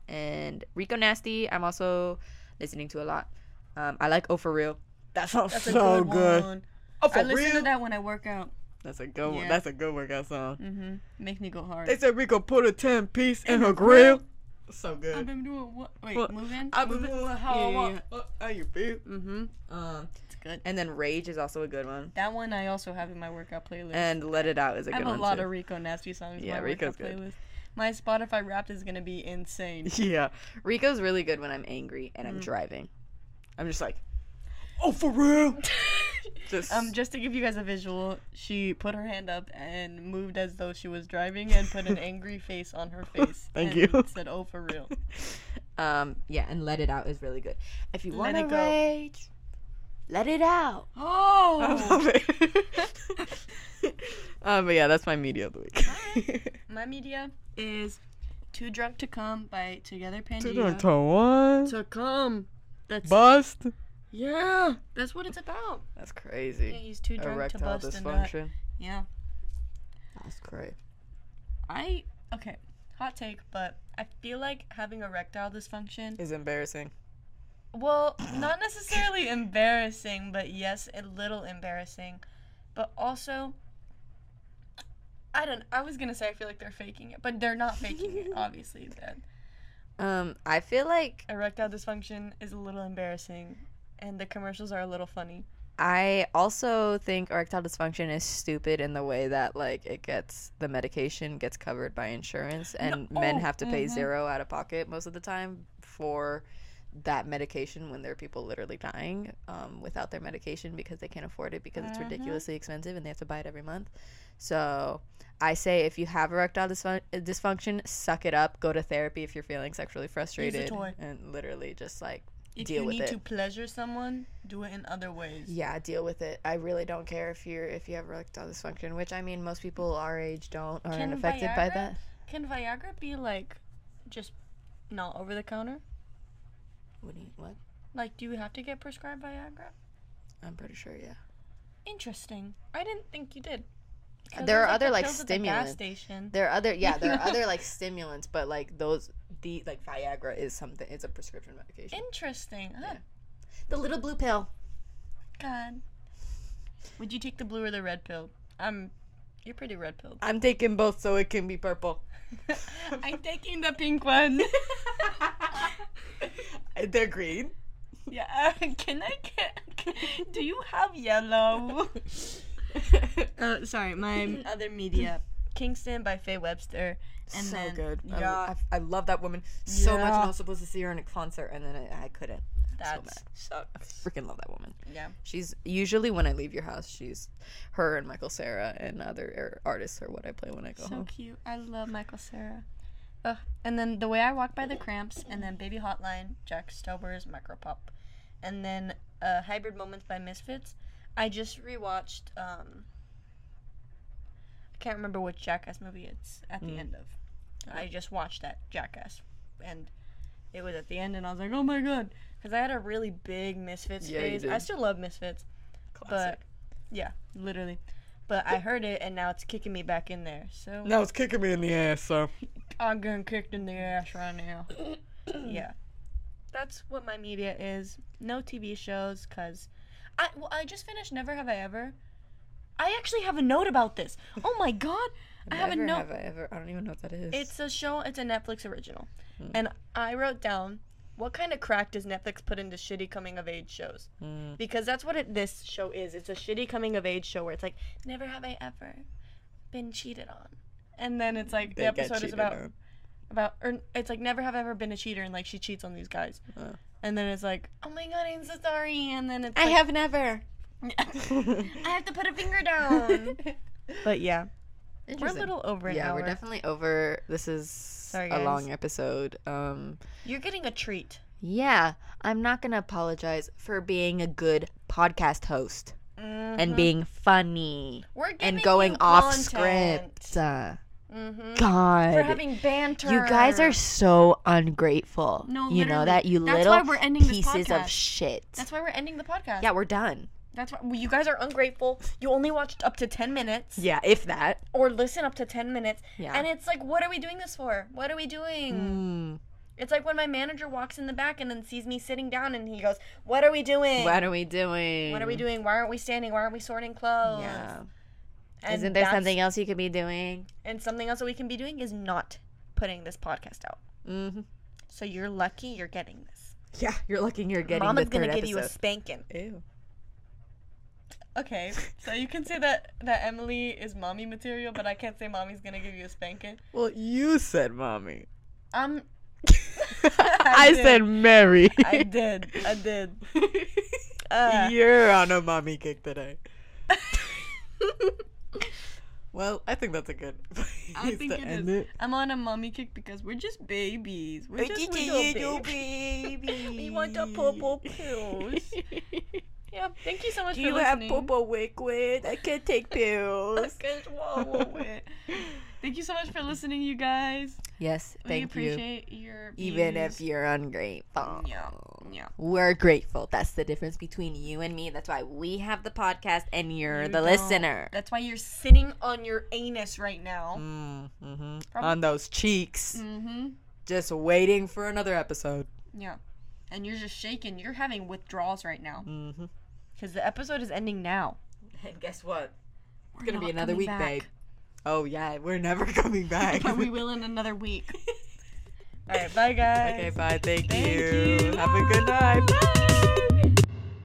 Speaker 2: And Rico Nasty, I'm also listening to a lot. Um, I like Oh For Real. That sounds
Speaker 1: That's a
Speaker 2: so
Speaker 1: good,
Speaker 2: good.
Speaker 1: one.
Speaker 2: Oh
Speaker 1: I listen to that when I work out.
Speaker 2: That's a good one.
Speaker 1: Yeah.
Speaker 2: That's a good workout song.
Speaker 1: Mm-hmm. Makes me go hard.
Speaker 2: They said Rico put a ten piece in her grill. So
Speaker 1: I've
Speaker 2: good.
Speaker 1: been doing what? Wait,
Speaker 2: What?
Speaker 1: move in?
Speaker 2: I've been doing how I
Speaker 1: Yeah,
Speaker 2: want. Uh, How you feel?
Speaker 1: Mm-hmm.
Speaker 2: Um,
Speaker 1: It's good.
Speaker 2: and then Rage is also a good one.
Speaker 1: That one I also have in my workout playlist.
Speaker 2: And Let It Out is a
Speaker 1: I
Speaker 2: Eh, good
Speaker 1: have
Speaker 2: one
Speaker 1: a lot
Speaker 2: too.
Speaker 1: of Rico Nasty songs. in
Speaker 2: Yeah,
Speaker 1: my
Speaker 2: Rico's
Speaker 1: workout
Speaker 2: good.
Speaker 1: Playlist. My Spotify Wrapped is gonna be insane.
Speaker 2: Yeah. Mm. Rico's really good when I'm angry and I'm driving. I'm just like, oh, for real? just,
Speaker 1: um, just to give you guys a visual, she put her hand up and moved as though she was driving and put an angry face on her face.
Speaker 2: Thank
Speaker 1: and
Speaker 2: you.
Speaker 1: Said, "Oh, for real."
Speaker 2: um, yeah, and Let It Out is really good. If you
Speaker 1: Let
Speaker 2: want to
Speaker 1: It Go.
Speaker 2: rage, let it out. I
Speaker 1: Oh,
Speaker 2: love it. um, but yeah, that's my media of the week.
Speaker 1: my media is "Too Drunk to Come" by Together Pangea.
Speaker 2: one.
Speaker 1: to come. That's
Speaker 2: Bust.
Speaker 1: yeah. That's what it's about.
Speaker 2: That's
Speaker 1: Yeah,
Speaker 2: crazy.
Speaker 1: he's too drunk to
Speaker 2: Erectile
Speaker 1: bust a nut.
Speaker 2: dysfunction.
Speaker 1: Yeah.
Speaker 2: That's great.
Speaker 1: I okay, hot take, but I feel like having erectile dysfunction.
Speaker 2: Is embarrassing.
Speaker 1: Well, not necessarily embarrassing, but yes, a little embarrassing. But also, I don't. I was gonna say I feel like they're faking it, but they're not faking it. Obviously, that
Speaker 2: Um, I feel like
Speaker 1: erectile dysfunction is a little embarrassing, and the commercials are a little funny.
Speaker 2: I also think erectile dysfunction is stupid in the way that like it gets the medication gets covered by insurance and men
Speaker 1: oh,
Speaker 2: have to pay
Speaker 1: mhm.
Speaker 2: zero out of pocket most of the time for that medication when there are people literally dying um, without their medication because they can't afford it because it's
Speaker 1: Mhm.
Speaker 2: ridiculously expensive and they have to buy it every month. So I say if you have erectile dysfun- dysfunction, suck it up, go to therapy if you're feeling sexually frustrated,
Speaker 1: toy.
Speaker 2: and literally just like
Speaker 1: If
Speaker 2: deal
Speaker 1: you
Speaker 2: with
Speaker 1: need
Speaker 2: it.
Speaker 1: to pleasure someone, do it in other ways.
Speaker 2: yeah deal with it i really don't care if you're if you have erectile dysfunction which i mean most people our age don't aren't
Speaker 1: Can
Speaker 2: affected by
Speaker 1: Viagra-
Speaker 2: that
Speaker 1: Can Viagra be like just not over the counter?
Speaker 2: what, do you, what
Speaker 1: Like, do you have to get prescribed Viagra?
Speaker 2: i'm pretty sure yeah
Speaker 1: Interesting. I didn't think you did.
Speaker 2: There
Speaker 1: 'Cause there's,
Speaker 2: are other,
Speaker 1: the
Speaker 2: like,
Speaker 1: pills at the
Speaker 2: stimulants.
Speaker 1: gas station.
Speaker 2: there are other yeah there are other like stimulants but like those the like viagra is something it's a prescription medication
Speaker 1: Interesting. Huh?
Speaker 2: the little blue pill
Speaker 1: God. Would you take the blue or the red pill? I'm. You're pretty red pilled.
Speaker 2: i'm taking both so it can be purple
Speaker 1: I'm taking the pink one.
Speaker 2: Uh, they're green
Speaker 1: yeah. uh, Can I get? Do you have yellow? uh, sorry, my other media. Kingston by Faye Webster. And
Speaker 2: so
Speaker 1: then-
Speaker 2: good I-
Speaker 1: Yeah.
Speaker 2: I, I love that woman so much and
Speaker 1: Yeah.
Speaker 2: i was supposed to see her in a concert and then i, I couldn't
Speaker 1: That
Speaker 2: bad.
Speaker 1: sucks.
Speaker 2: freaking love that woman
Speaker 1: Yeah.
Speaker 2: She's usually when I leave your house, she's her and Michael Sarah and other ar- artists are what I play when I go
Speaker 1: So
Speaker 2: home.
Speaker 1: cute. I love Michael Sarah. Ugh. And then the way I walk by the Cramps, and then Baby Hotline, Jack Stauber's Micropop, and then uh, Hybrid Moments by Misfits. I just rewatched. Um, I can't remember which Jackass movie it's at
Speaker 2: Mm.
Speaker 1: the end of. I just watched that Jackass, and it was at the end, and I was like, oh my god, because I had a really big Misfits
Speaker 2: Yeah, you
Speaker 1: phase. I
Speaker 2: did.
Speaker 1: still love Misfits,
Speaker 2: Classic.
Speaker 1: but yeah, literally. But I heard it, and now it's kicking me back in there. So
Speaker 2: Now it's kicking me in the ass, so
Speaker 1: I'm getting kicked in the ass right now. yeah. That's what my media is. No TV shows, because. I, well, I just finished Never Have I Ever. I actually have a note about this. Oh my god! I have a
Speaker 2: Never
Speaker 1: note.
Speaker 2: Have I ever? I don't even know what that is.
Speaker 1: It's a show, it's a Netflix original. And I wrote down what kind of crack does Netflix put into shitty coming of age shows?
Speaker 2: Mm.
Speaker 1: Because that's what it, this show is. It's a shitty coming of age show where it's like, never have I ever been cheated on. And then it's like,
Speaker 2: They
Speaker 1: the
Speaker 2: get
Speaker 1: episode is
Speaker 2: cheated
Speaker 1: about
Speaker 2: on.
Speaker 1: about or it's like never have I ever been a cheater and like she cheats on these guys
Speaker 2: Uh.
Speaker 1: and then it's like oh my god i'm so sorry and then it's
Speaker 2: I
Speaker 1: like,
Speaker 2: have never.
Speaker 1: i have to put a finger down but yeah we're a
Speaker 2: Interesting.
Speaker 1: little over an
Speaker 2: yeah,
Speaker 1: hour
Speaker 2: we're definitely over. This is a
Speaker 1: guys.
Speaker 2: long episode. Um,
Speaker 1: you're getting a treat
Speaker 2: yeah, I'm not gonna apologize for being a good podcast host
Speaker 1: Mm-hmm.
Speaker 2: and being funny
Speaker 1: we're
Speaker 2: and going off script. Uh,
Speaker 1: mm-hmm.
Speaker 2: God,
Speaker 1: we're having banter
Speaker 2: You guys are so ungrateful.
Speaker 1: No,
Speaker 2: you know
Speaker 1: literally.
Speaker 2: that you
Speaker 1: That's
Speaker 2: little
Speaker 1: why we're ending this
Speaker 2: pieces
Speaker 1: podcast.
Speaker 2: of shit.
Speaker 1: that's why we're ending the podcast
Speaker 2: yeah, we're done.
Speaker 1: that's why well, you guys are ungrateful you only watched up to 10 minutes
Speaker 2: Yeah, if that.
Speaker 1: or listen up to 10 minutes
Speaker 2: Yeah.
Speaker 1: and it's like what are we doing this for what are we doing
Speaker 2: Mm.
Speaker 1: It's like when my manager walks in the back and then sees me sitting down and he goes, What are we doing?
Speaker 2: What are we doing?
Speaker 1: What are we doing? Why aren't we standing? Why aren't we sorting clothes?
Speaker 2: Mm. Yeah.
Speaker 1: And
Speaker 2: Isn't there
Speaker 1: that's-
Speaker 2: something else you could be doing?
Speaker 1: And something else that we can be doing is not putting this podcast out.
Speaker 2: Mm-hmm.
Speaker 1: So you're lucky you're getting this.
Speaker 2: Yeah, you're lucky you're getting
Speaker 1: Mama's
Speaker 2: the
Speaker 1: gonna
Speaker 2: third
Speaker 1: give you a
Speaker 2: episode.
Speaker 1: spanking.
Speaker 2: Ew.
Speaker 1: Okay, so you can say that that Emily is mommy material, but I can't say mommy's gonna give you a spanking.
Speaker 2: Well, you said mommy.
Speaker 1: Um,
Speaker 2: I,
Speaker 1: did.
Speaker 2: said Mary.
Speaker 1: I did, I did. Uh,
Speaker 2: You're on a mommy kick today. Well, I think that's a good place
Speaker 1: I think
Speaker 2: to
Speaker 1: it
Speaker 2: end
Speaker 1: is.
Speaker 2: it.
Speaker 1: I'm on a mommy kick because we're just babies. We're just little babies. We want the purple pills. yeah, thank you so much
Speaker 2: Do
Speaker 1: for
Speaker 2: you have
Speaker 1: listening.
Speaker 2: purple liquid? I can't take pills.
Speaker 1: Good, whoa, whoa, wait. Thank you so much for listening, you guys.
Speaker 2: Yes,
Speaker 1: we
Speaker 2: thank you.
Speaker 1: appreciate your
Speaker 2: Even if
Speaker 1: views.
Speaker 2: you're ungrateful.
Speaker 1: yeah, yeah.
Speaker 2: We're grateful. That's the difference between you and me. That's why we have the podcast and you're
Speaker 1: You
Speaker 2: the
Speaker 1: don't.
Speaker 2: listener.
Speaker 1: That's why you're sitting on your anus right now.
Speaker 2: Mm-hmm.
Speaker 1: Prob-
Speaker 2: On those cheeks,
Speaker 1: Mm-hmm.
Speaker 2: just waiting for another episode.
Speaker 1: Yeah, and you're just shaking. You're having withdrawals right now
Speaker 2: Mm-hmm.
Speaker 1: because the episode is ending now.
Speaker 2: And guess what?
Speaker 1: We're
Speaker 2: It's gonna be
Speaker 1: not
Speaker 2: another
Speaker 1: coming
Speaker 2: week,
Speaker 1: back.
Speaker 2: babe. Oh yeah, we're never coming back.
Speaker 1: But we will in another week. All right, bye guys.
Speaker 2: okay, bye. Thank,
Speaker 1: Thank
Speaker 2: you.
Speaker 1: you.
Speaker 2: Have a good night. Bye.